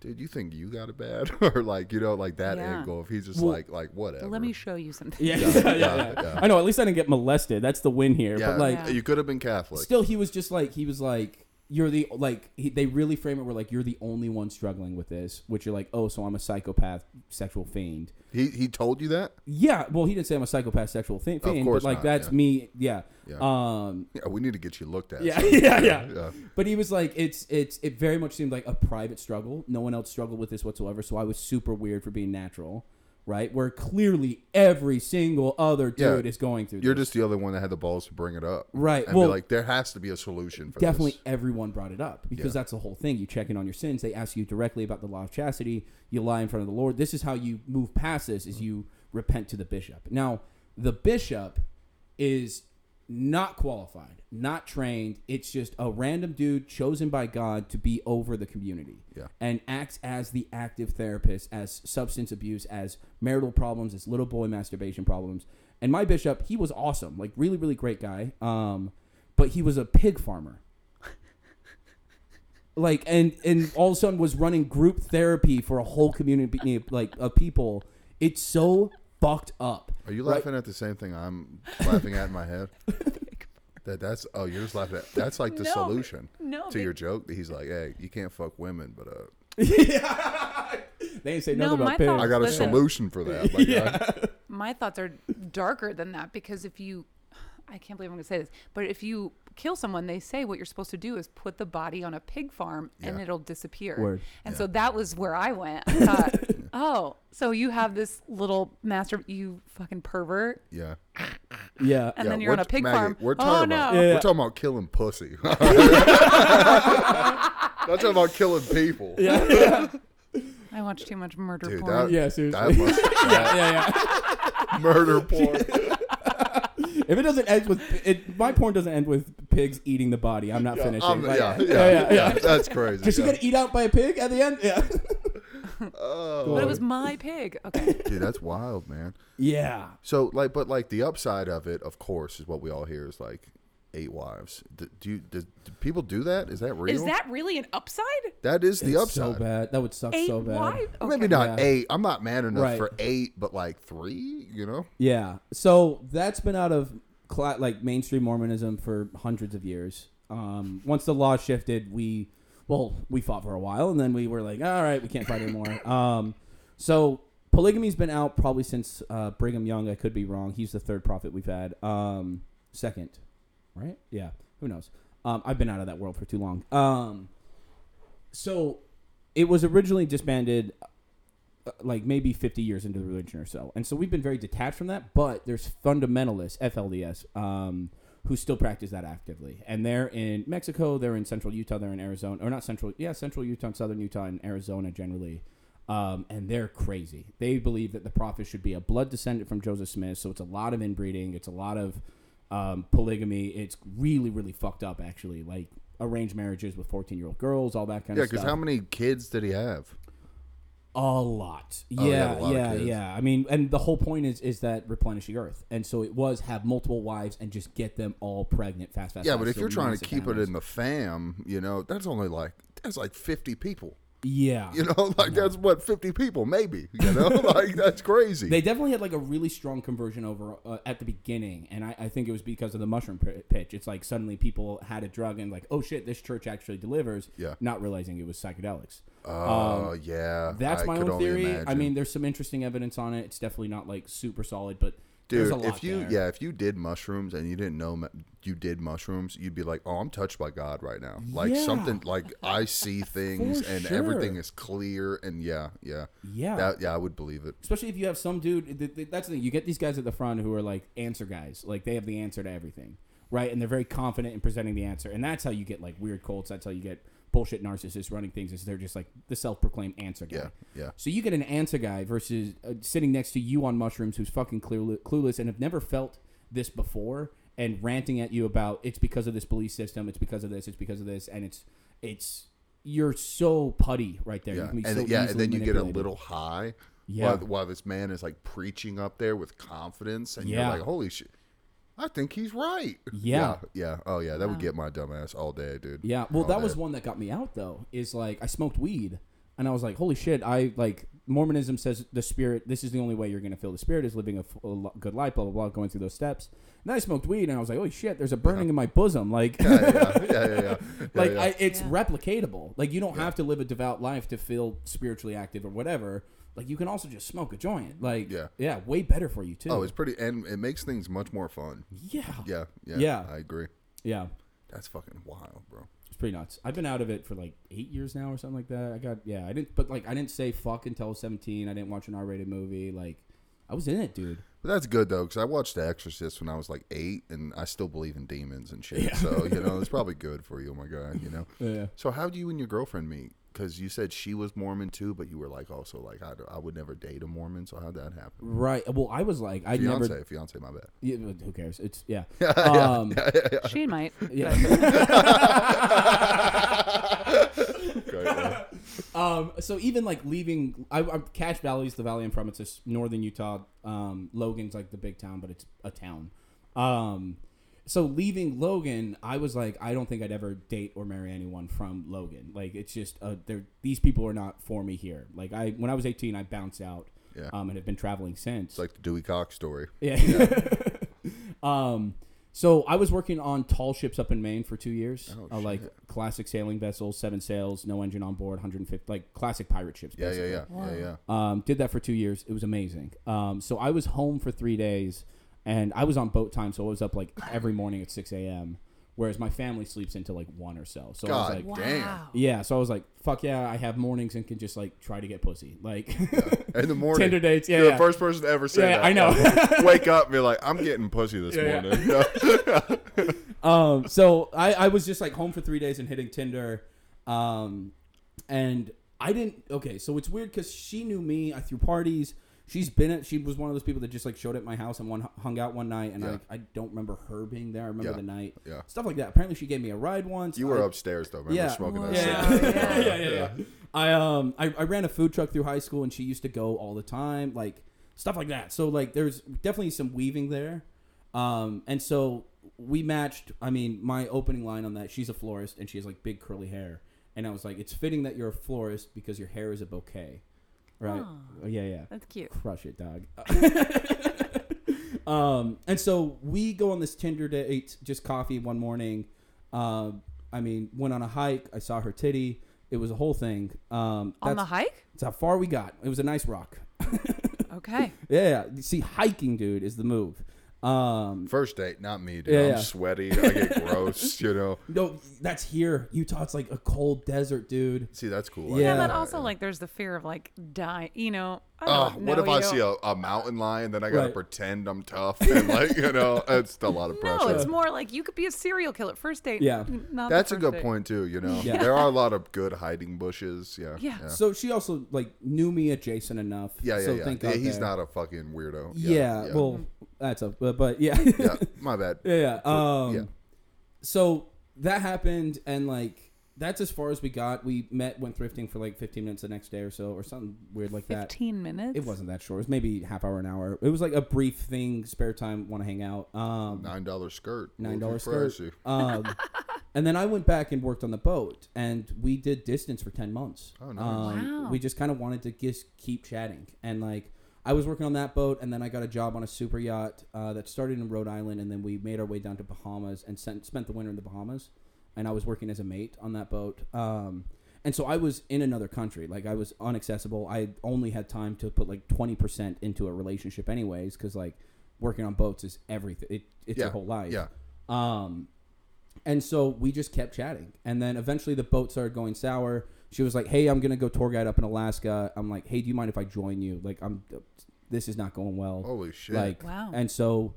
[SPEAKER 4] "Dude, you think you got it bad?" or like you know, like that
[SPEAKER 3] Yeah.
[SPEAKER 4] angle. If he's just
[SPEAKER 5] Well-
[SPEAKER 4] like, like whatever.
[SPEAKER 3] Let me show you something.
[SPEAKER 5] yeah, yeah, yeah,
[SPEAKER 4] yeah,
[SPEAKER 5] yeah.
[SPEAKER 4] yeah.
[SPEAKER 5] I know. At least I didn't get molested. That's the win here.
[SPEAKER 4] yeah,
[SPEAKER 5] But like,
[SPEAKER 3] Yeah.
[SPEAKER 4] you could have been Catholic.
[SPEAKER 5] still, he was just like he was like you're the like he, they really frame it where like you're the only one struggling with this, which you're like, oh, so I'm a psychopath, sexual fiend.
[SPEAKER 4] he he told you that.
[SPEAKER 5] Yeah. Well, he didn't say I'm a psychopath, sexual thi- fiend,
[SPEAKER 4] course
[SPEAKER 5] but like
[SPEAKER 4] not,
[SPEAKER 5] that's
[SPEAKER 4] yeah.
[SPEAKER 5] me. Yeah.
[SPEAKER 4] Yeah.
[SPEAKER 5] Um.
[SPEAKER 4] Yeah, we need to get you looked at.
[SPEAKER 5] Yeah,
[SPEAKER 4] so-
[SPEAKER 5] yeah, yeah,
[SPEAKER 4] yeah.
[SPEAKER 5] But he was like, it's it's it very much seemed like a private struggle. No one else struggled with this whatsoever. So I was super weird for being natural, right? Where clearly every single other
[SPEAKER 4] Yeah.
[SPEAKER 5] dude is going through.
[SPEAKER 4] You're
[SPEAKER 5] this.
[SPEAKER 4] just the other one that had the balls to bring it up,
[SPEAKER 5] Right,
[SPEAKER 4] And
[SPEAKER 5] well-
[SPEAKER 4] be like, there has to be a solution for
[SPEAKER 5] definitely
[SPEAKER 4] this.
[SPEAKER 5] everyone brought it up because
[SPEAKER 4] Yeah.
[SPEAKER 5] that's the whole thing. You check in on your sins. They ask you directly about the law of chastity. You lie in front of the Lord. This is how you move past this:
[SPEAKER 4] Mm-hmm.
[SPEAKER 5] is you repent to the bishop. Now, the bishop is not qualified, not trained. It's just a random dude chosen by God to be over the community
[SPEAKER 4] Yeah.
[SPEAKER 5] and acts as the active therapist, as substance abuse, as marital problems, as little boy masturbation problems. And my bishop, he was awesome, like really, really great guy. Um, but he was a pig farmer. Like and and all of a sudden was running group therapy for a whole community eh, like of people. It's so fucked up.
[SPEAKER 4] Are you
[SPEAKER 5] Right?
[SPEAKER 4] laughing at the same thing I'm laughing at in my head? That that's oh you're just laughing at that's like the
[SPEAKER 3] No,
[SPEAKER 4] solution
[SPEAKER 3] no,
[SPEAKER 4] to
[SPEAKER 3] be-
[SPEAKER 4] your joke that he's like hey you can't fuck women but uh
[SPEAKER 5] They ain't say
[SPEAKER 3] No,
[SPEAKER 5] nothing
[SPEAKER 3] my
[SPEAKER 5] about pigs.
[SPEAKER 4] I
[SPEAKER 3] thought-
[SPEAKER 4] got a
[SPEAKER 3] Listen.
[SPEAKER 4] solution for that like, I,
[SPEAKER 3] my thoughts are darker than that because if you I can't believe I'm going to say this, but if you kill someone, they say what you're supposed to do is put the body on a pig farm and
[SPEAKER 4] Yeah.
[SPEAKER 3] it'll disappear.
[SPEAKER 5] Word.
[SPEAKER 3] And so that was where I went. I thought, oh, so you have this little master, you fucking pervert,
[SPEAKER 4] yeah
[SPEAKER 5] Yeah.
[SPEAKER 3] and
[SPEAKER 4] yeah,
[SPEAKER 3] then you're on
[SPEAKER 4] we're-
[SPEAKER 3] a pig
[SPEAKER 4] Maggie,
[SPEAKER 3] farm.
[SPEAKER 4] we're
[SPEAKER 3] oh
[SPEAKER 4] talking
[SPEAKER 3] no,
[SPEAKER 4] about
[SPEAKER 5] Yeah.
[SPEAKER 4] we're talking about killing pussy not talking about killing people
[SPEAKER 3] I watch too much murder
[SPEAKER 4] dude
[SPEAKER 3] porn.
[SPEAKER 4] that,
[SPEAKER 5] Yeah,
[SPEAKER 4] that
[SPEAKER 5] seriously.
[SPEAKER 4] must
[SPEAKER 5] yeah, yeah,
[SPEAKER 4] be murder porn
[SPEAKER 5] yeah. If it doesn't end with it, my porn doesn't end with pigs eating the body. I'm not finishing.
[SPEAKER 4] I'm-
[SPEAKER 5] Like,
[SPEAKER 4] yeah, yeah,
[SPEAKER 5] yeah, yeah.
[SPEAKER 4] yeah, that's crazy
[SPEAKER 5] Did she
[SPEAKER 4] yeah.
[SPEAKER 5] get eat out by a pig at the end? Yeah.
[SPEAKER 4] Oh,
[SPEAKER 3] but it was my pig. Okay.
[SPEAKER 4] dude that's wild man
[SPEAKER 5] Yeah.
[SPEAKER 4] So like, but like the upside of it, of course, is what we all hear is like, eight wives. D- Do, you, do, do people do that? Is that real?
[SPEAKER 3] Is that really an upside?
[SPEAKER 4] that is the
[SPEAKER 5] It's
[SPEAKER 4] upside.
[SPEAKER 5] So bad. That would suck
[SPEAKER 3] Eight
[SPEAKER 5] so bad.
[SPEAKER 3] wives? Okay.
[SPEAKER 4] Maybe not
[SPEAKER 5] Yeah.
[SPEAKER 4] eight. I'm not mad enough
[SPEAKER 5] Right.
[SPEAKER 4] for eight, but like three, you know?
[SPEAKER 5] Yeah. So that's been out of cla- like mainstream Mormonism for hundreds of years. Um, once the law shifted, we well we fought for a while, and then we were like, all right, we can't fight anymore. Um, so polygamy's been out probably since uh, Brigham Young. I could be wrong. He's the third prophet we've had. Um, second, right? Yeah. Who knows? Um, I've been out of that world for too long. Um, so it was originally disbanded uh, like maybe 50 years into the religion or so. And so we've been very detached from that, but there's fundamentalists, FLDS, um, who still practice that actively. And they're in Mexico, they're in central Utah, they're in Arizona, or not central, yeah, central Utah and southern Utah and Arizona generally. Um, and they're crazy. They believe that the prophet should be a blood descendant from Joseph Smith. So it's a lot of inbreeding, it's a lot of um, polygamy. It's really, really fucked up, actually. Like arranged marriages with 14 year old girls, all that kind
[SPEAKER 4] Yeah,
[SPEAKER 5] of stuff.
[SPEAKER 4] because how many kids did he have?
[SPEAKER 5] A lot.
[SPEAKER 4] Oh, he
[SPEAKER 5] Yeah,
[SPEAKER 4] had a lot of
[SPEAKER 5] yeah,
[SPEAKER 4] kids.
[SPEAKER 5] yeah. I mean, and the whole point is is that replenish the earth, and so it was have multiple wives and just get them all pregnant fast, fast.
[SPEAKER 4] Yeah,
[SPEAKER 5] fast,
[SPEAKER 4] but if
[SPEAKER 5] so
[SPEAKER 4] you're trying to
[SPEAKER 5] massive
[SPEAKER 4] keep it
[SPEAKER 5] families.
[SPEAKER 4] in the fam, you know, that's only like that's like 50 people.
[SPEAKER 5] yeah,
[SPEAKER 4] You know, like that's what 50 people maybe, you know? like that's crazy.
[SPEAKER 5] they definitely had like a really strong conversion over uh, at the beginning, and I, I think it was because of the mushroom pi- pitch. It's like suddenly people had a drug and like, oh shit, this church actually delivers.
[SPEAKER 4] Yeah.
[SPEAKER 5] not realizing it was psychedelics.
[SPEAKER 4] Oh, yeah.
[SPEAKER 5] um, That's
[SPEAKER 4] I
[SPEAKER 5] my
[SPEAKER 4] could
[SPEAKER 5] own
[SPEAKER 4] only
[SPEAKER 5] theory. I
[SPEAKER 4] imagine.
[SPEAKER 5] mean, there's some interesting evidence on it. It's definitely not like super solid, but there's
[SPEAKER 4] Dude,
[SPEAKER 5] a lot
[SPEAKER 4] if you
[SPEAKER 5] there.
[SPEAKER 4] yeah, if you did mushrooms and you didn't know mu- you did mushrooms, you'd be like, "Oh, I'm touched by God right now." Like
[SPEAKER 5] Yeah.
[SPEAKER 4] something like I see things
[SPEAKER 5] For
[SPEAKER 4] and
[SPEAKER 5] sure.
[SPEAKER 4] everything is clear and yeah, yeah.
[SPEAKER 5] Yeah.
[SPEAKER 4] That, yeah, I would believe it.
[SPEAKER 5] especially if you have some dude. Th- th- that's the thing. You get these guys at the front who are like answer guys. Like they have the answer to everything, right? And they're very confident in presenting the answer. And that's how you get like weird cults. That's how you get bullshit narcissists running things. Is they're just like the self-proclaimed answer guy.
[SPEAKER 4] Yeah, yeah.
[SPEAKER 5] So you get an answer guy versus uh, sitting next to you on mushrooms who's fucking cluel- clueless and have never felt this before and ranting at you about it's because of this belief system, it's because of this, it's because of this, and it's it's. You're so putty right there. You
[SPEAKER 4] Yeah,
[SPEAKER 5] can be
[SPEAKER 4] and
[SPEAKER 5] so
[SPEAKER 4] then- yeah, and
[SPEAKER 5] easily
[SPEAKER 4] then you get a
[SPEAKER 5] manipulated.
[SPEAKER 4] little high.
[SPEAKER 5] Yeah.
[SPEAKER 4] While, while this man is like preaching up there with confidence, and
[SPEAKER 5] Yeah.
[SPEAKER 4] you're like, "Holy shit, I think he's right."
[SPEAKER 5] Yeah.
[SPEAKER 4] yeah. yeah. Oh yeah, that would get my dumb ass all day, dude.
[SPEAKER 5] Yeah. Well,
[SPEAKER 4] All
[SPEAKER 5] that
[SPEAKER 4] day.
[SPEAKER 5] was one that got me out though. Is like I smoked weed and I was like, holy shit! I like Mormonism says the spirit. This is the only way you're gonna feel the spirit is living a, f- a lo- good life. Blah blah blah. Going through those steps. And then I smoked weed and I was like, holy shit! There's a burning in my bosom. Like,
[SPEAKER 4] yeah, yeah, yeah, yeah. yeah.
[SPEAKER 5] like
[SPEAKER 4] yeah.
[SPEAKER 5] I, it's replicatable. Like you don't have to live a devout life to feel spiritually active or whatever. Like you can also just smoke a joint. Like
[SPEAKER 4] Yeah.
[SPEAKER 5] yeah, way better for you too.
[SPEAKER 4] oh, it's pretty, and it makes things much more fun.
[SPEAKER 5] yeah, yeah,
[SPEAKER 4] Yeah, yeah,
[SPEAKER 5] Yeah.
[SPEAKER 4] I agree.
[SPEAKER 5] yeah.
[SPEAKER 4] That's fucking wild, bro.
[SPEAKER 5] It's pretty nuts. I've been out of it for like eight years now or something like that. I got yeah, I didn't but like I didn't say fuck until I was seventeen. I didn't watch an R rated movie. Like I was in it, dude.
[SPEAKER 4] But that's good though, because I watched The Exorcist when I was like eight, and I still believe in demons and shit. So you know, it's probably good for you. Oh my god, you know.
[SPEAKER 5] Yeah.
[SPEAKER 4] So how do you and your girlfriend meet? Because you said she was Mormon too, but you were like also like I, I would never date a Mormon. So how'd that happen?
[SPEAKER 5] Right. Well I was like I
[SPEAKER 4] Fiance,
[SPEAKER 5] never
[SPEAKER 4] fiance, my bad.
[SPEAKER 5] yeah, but who cares? It's yeah. um
[SPEAKER 3] She might.
[SPEAKER 5] yeah. Um, so even like leaving, I, I'm Cache Valley's the valley I'm from. It's just northern Utah. Um, Logan's like the big town, but it's a town. Um, so leaving Logan, I was like, I don't think I'd ever date or marry anyone from Logan. Like it's just, uh, they're, these people are not for me here. Like I, when I was 18, I bounced out.
[SPEAKER 4] Yeah.
[SPEAKER 5] Um, and have been traveling since.
[SPEAKER 4] It's like the Dewey Cox story.
[SPEAKER 5] Yeah. um, so I was working on tall ships up in Maine for two years,
[SPEAKER 4] Oh,
[SPEAKER 5] uh, like classic sailing vessels, seven sails, no engine on board, 150, like classic pirate ships.
[SPEAKER 4] Yeah, yeah,
[SPEAKER 5] basically.
[SPEAKER 4] yeah, yeah, yeah.
[SPEAKER 5] Um, did that for two years. It was amazing. Um, so I was home for three days, and I was on boat time, so I was up like every morning at 6 a.m. Whereas my family sleeps until like one or so. So I was
[SPEAKER 4] God
[SPEAKER 5] like,
[SPEAKER 4] damn.
[SPEAKER 5] yeah. So I was like, fuck yeah, I have mornings and can just like try to get pussy, like.
[SPEAKER 4] In the morning,
[SPEAKER 5] Tinder dates, yeah,
[SPEAKER 4] You're
[SPEAKER 5] yeah.
[SPEAKER 4] the first person to ever say
[SPEAKER 5] Yeah,
[SPEAKER 4] that.
[SPEAKER 5] I know.
[SPEAKER 4] Like, wake up and be like, I'm getting pussy this
[SPEAKER 5] Yeah, yeah.
[SPEAKER 4] morning.
[SPEAKER 5] um, so I, I was just like home for three days and hitting Tinder. Um, and I didn't. Okay, so it's weird because she knew me. I threw parties. She's been at. She was one of those people that just like showed at my house and one hung out one night. And
[SPEAKER 4] Yeah.
[SPEAKER 5] like I don't remember her being there. I remember
[SPEAKER 4] Yeah.
[SPEAKER 5] the night.
[SPEAKER 4] Yeah.
[SPEAKER 5] Stuff like that. Apparently she gave me a ride once.
[SPEAKER 4] You were
[SPEAKER 5] I-
[SPEAKER 4] upstairs though, man. Yeah.
[SPEAKER 5] Yeah.
[SPEAKER 4] smoking that
[SPEAKER 5] yeah,
[SPEAKER 4] cigarette.
[SPEAKER 5] yeah, yeah, yeah, yeah. I um I, I ran a food truck through high school and she used to go all the time, like stuff like that. So like there's definitely some weaving there. Um and so we matched. I mean, my opening line on that, she's a florist and she has like big curly hair. And I was like, it's fitting that you're a florist because your hair is a bouquet. Right?
[SPEAKER 3] Aw.
[SPEAKER 5] Oh, yeah, yeah.
[SPEAKER 3] That's cute.
[SPEAKER 5] Crush it, dog. um, and so we go on this Tinder date, just coffee one morning. Um, I mean, went on a hike. I saw her titty. It was a whole thing. Um,
[SPEAKER 3] On the
[SPEAKER 5] that's-
[SPEAKER 3] hike?
[SPEAKER 5] that's how far we got. It was a nice rock.
[SPEAKER 3] Okay.
[SPEAKER 5] Yeah, you see, hiking, dude, is the move. Um,
[SPEAKER 4] First date, not me, dude.
[SPEAKER 5] Yeah,
[SPEAKER 4] I'm
[SPEAKER 5] yeah.
[SPEAKER 4] sweaty. I get gross, you know.
[SPEAKER 5] no, that's here. Utah. It's like a cold desert, dude.
[SPEAKER 4] See, that's cool.
[SPEAKER 5] Yeah.
[SPEAKER 3] Yeah, but
[SPEAKER 5] Yeah.
[SPEAKER 3] also like there's the fear of like dying. You know. I
[SPEAKER 4] Uh,
[SPEAKER 3] don't
[SPEAKER 4] what
[SPEAKER 3] know,
[SPEAKER 4] if I
[SPEAKER 3] you
[SPEAKER 4] see
[SPEAKER 3] don't-
[SPEAKER 4] a, a mountain lion? Then I gotta
[SPEAKER 5] Right.
[SPEAKER 4] pretend I'm tough and like you know, it's a lot of pressure.
[SPEAKER 3] No, it's more like you could be a serial killer first date.
[SPEAKER 5] Yeah.
[SPEAKER 3] n- not the
[SPEAKER 4] That's a
[SPEAKER 3] first
[SPEAKER 4] good
[SPEAKER 3] date.
[SPEAKER 4] point too. You know,
[SPEAKER 5] Yeah.
[SPEAKER 4] there are a lot of good hiding bushes. Yeah,
[SPEAKER 3] Yeah.
[SPEAKER 4] yeah,
[SPEAKER 5] So she also like knew me adjacent enough.
[SPEAKER 4] yeah, yeah.
[SPEAKER 5] so
[SPEAKER 4] yeah.
[SPEAKER 5] Thank
[SPEAKER 4] Yeah,
[SPEAKER 5] God
[SPEAKER 4] he's
[SPEAKER 5] there.
[SPEAKER 4] not a fucking weirdo.
[SPEAKER 5] Yeah,
[SPEAKER 4] yeah.
[SPEAKER 5] Well,
[SPEAKER 3] Mm-hmm.
[SPEAKER 5] that's a but, but yeah.
[SPEAKER 4] yeah. My bad.
[SPEAKER 5] Yeah. Um,
[SPEAKER 4] yeah.
[SPEAKER 5] So that happened, and like that's as far as we got. We met, went thrifting for like 15 minutes the next day or so, or something weird like that.
[SPEAKER 3] Fifteen minutes.
[SPEAKER 5] It wasn't that short. It was maybe half hour, an hour. It was like a brief thing, spare time, want to hang out. Um,
[SPEAKER 4] Nine dollar skirt.
[SPEAKER 5] nine
[SPEAKER 4] Little
[SPEAKER 5] dollar skirt.
[SPEAKER 4] pricey.
[SPEAKER 5] Um, and then I went back and worked on the boat, and we did distance for ten months.
[SPEAKER 4] Oh, nice.
[SPEAKER 5] Um,
[SPEAKER 3] Wow.
[SPEAKER 5] We just kind of wanted to just keep chatting, and like I was working on that boat, and then I got a job on a super yacht uh, that started in Rhode Island, and then we made our way down to Bahamas and sent, spent the winter in the Bahamas. And I was working as a mate on that boat. Um, and so I was in another country. Like I was unaccessible. I only had time to put like twenty percent into a relationship, anyways, because like working on boats is everything. It, it's
[SPEAKER 4] Yeah.
[SPEAKER 5] your whole life.
[SPEAKER 4] Yeah.
[SPEAKER 5] Um, and so we just kept chatting. And then eventually the boat started going sour. She was like, "Hey, I'm gonna go tour guide up in Alaska." I'm like, "Hey, do you mind if I join you? Like, I'm this is not going well."
[SPEAKER 4] Holy shit.
[SPEAKER 5] Like,
[SPEAKER 3] Wow.
[SPEAKER 5] And so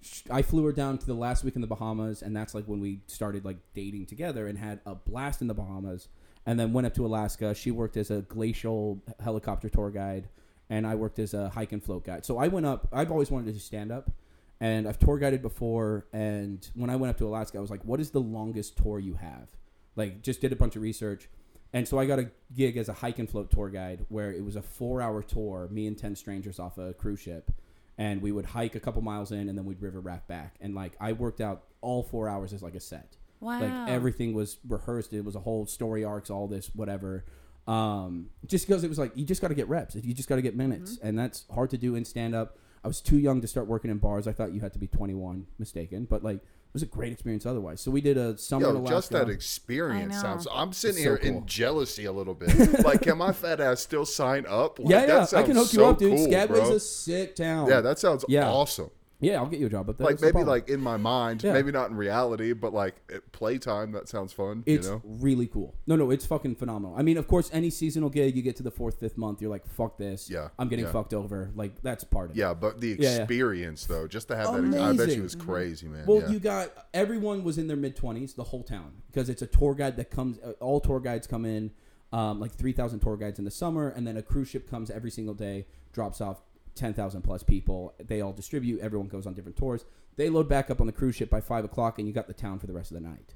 [SPEAKER 5] sh- I flew her down to the last week in the Bahamas, and that's like when we started like dating together and had a blast in the Bahamas. And then went up to Alaska. She worked as a glacial helicopter tour guide, and I worked as a hike and float guide. So I went up. I've always wanted to do stand up, and I've tour guided before. And when I went up to Alaska, I was like, "What is the longest tour you have?" Like, just did a bunch of research. And so I got a gig as a hike and float tour guide where it was a four hour tour, me and 10 strangers off a cruise ship. And we would hike a couple miles in and then we'd river raft back. And like I worked out all four hours as like a set.
[SPEAKER 3] Wow.
[SPEAKER 5] Like everything was rehearsed. It was a whole story arcs, all this, whatever. Um, just because it was like, you just got to get reps. You just got to get minutes. And that's hard to do in stand up. I was too young to start working in bars. I thought you had to be 21, mistaken. But like, it was a great experience otherwise. So we did a summer. in
[SPEAKER 4] Yo, just that
[SPEAKER 5] Alaska.
[SPEAKER 4] experience
[SPEAKER 3] I know.
[SPEAKER 4] sounds. I'm sitting
[SPEAKER 5] It's so
[SPEAKER 4] here
[SPEAKER 5] cool.
[SPEAKER 4] in jealousy a little bit. like, can my fat ass still sign up? Like,
[SPEAKER 5] yeah,
[SPEAKER 4] that
[SPEAKER 5] yeah, I
[SPEAKER 4] sounds
[SPEAKER 5] can hook you
[SPEAKER 4] so
[SPEAKER 5] up, dude.
[SPEAKER 4] cool,
[SPEAKER 5] Skagway's
[SPEAKER 4] bro.
[SPEAKER 5] a sick town.
[SPEAKER 4] yeah, that sounds
[SPEAKER 5] Yeah.
[SPEAKER 4] awesome.
[SPEAKER 5] yeah. I'll get you a job up there.
[SPEAKER 4] Like
[SPEAKER 5] That's no
[SPEAKER 4] maybe
[SPEAKER 5] problem.
[SPEAKER 4] like in my mind,
[SPEAKER 5] Yeah.
[SPEAKER 4] maybe not in reality, but like at playtime, that sounds fun.
[SPEAKER 5] it's
[SPEAKER 4] you know,
[SPEAKER 5] really cool. No, no, it's fucking phenomenal. I mean, of course, any seasonal gig, you get to the fourth, fifth month, you're like, fuck this.
[SPEAKER 4] Yeah,
[SPEAKER 5] I'm getting
[SPEAKER 4] yeah.
[SPEAKER 5] fucked over. Like that's part of it.
[SPEAKER 4] yeah. But the
[SPEAKER 5] Yeah, yeah.
[SPEAKER 4] experience though, just to have that, I bet
[SPEAKER 5] Amazing.
[SPEAKER 4] you was crazy, man.
[SPEAKER 5] Well,
[SPEAKER 4] yeah.
[SPEAKER 5] you got everyone was in their mid twenties, the whole town, because it's a tour guide that comes. uh, All tour guides come in, um, like three thousand tour guides in the summer, and then a cruise ship comes every single day, drops off ten thousand plus people. They all distribute. Everyone goes on different tours. They load back up on the cruise ship by five o'clock, and you got the town for the rest of the night,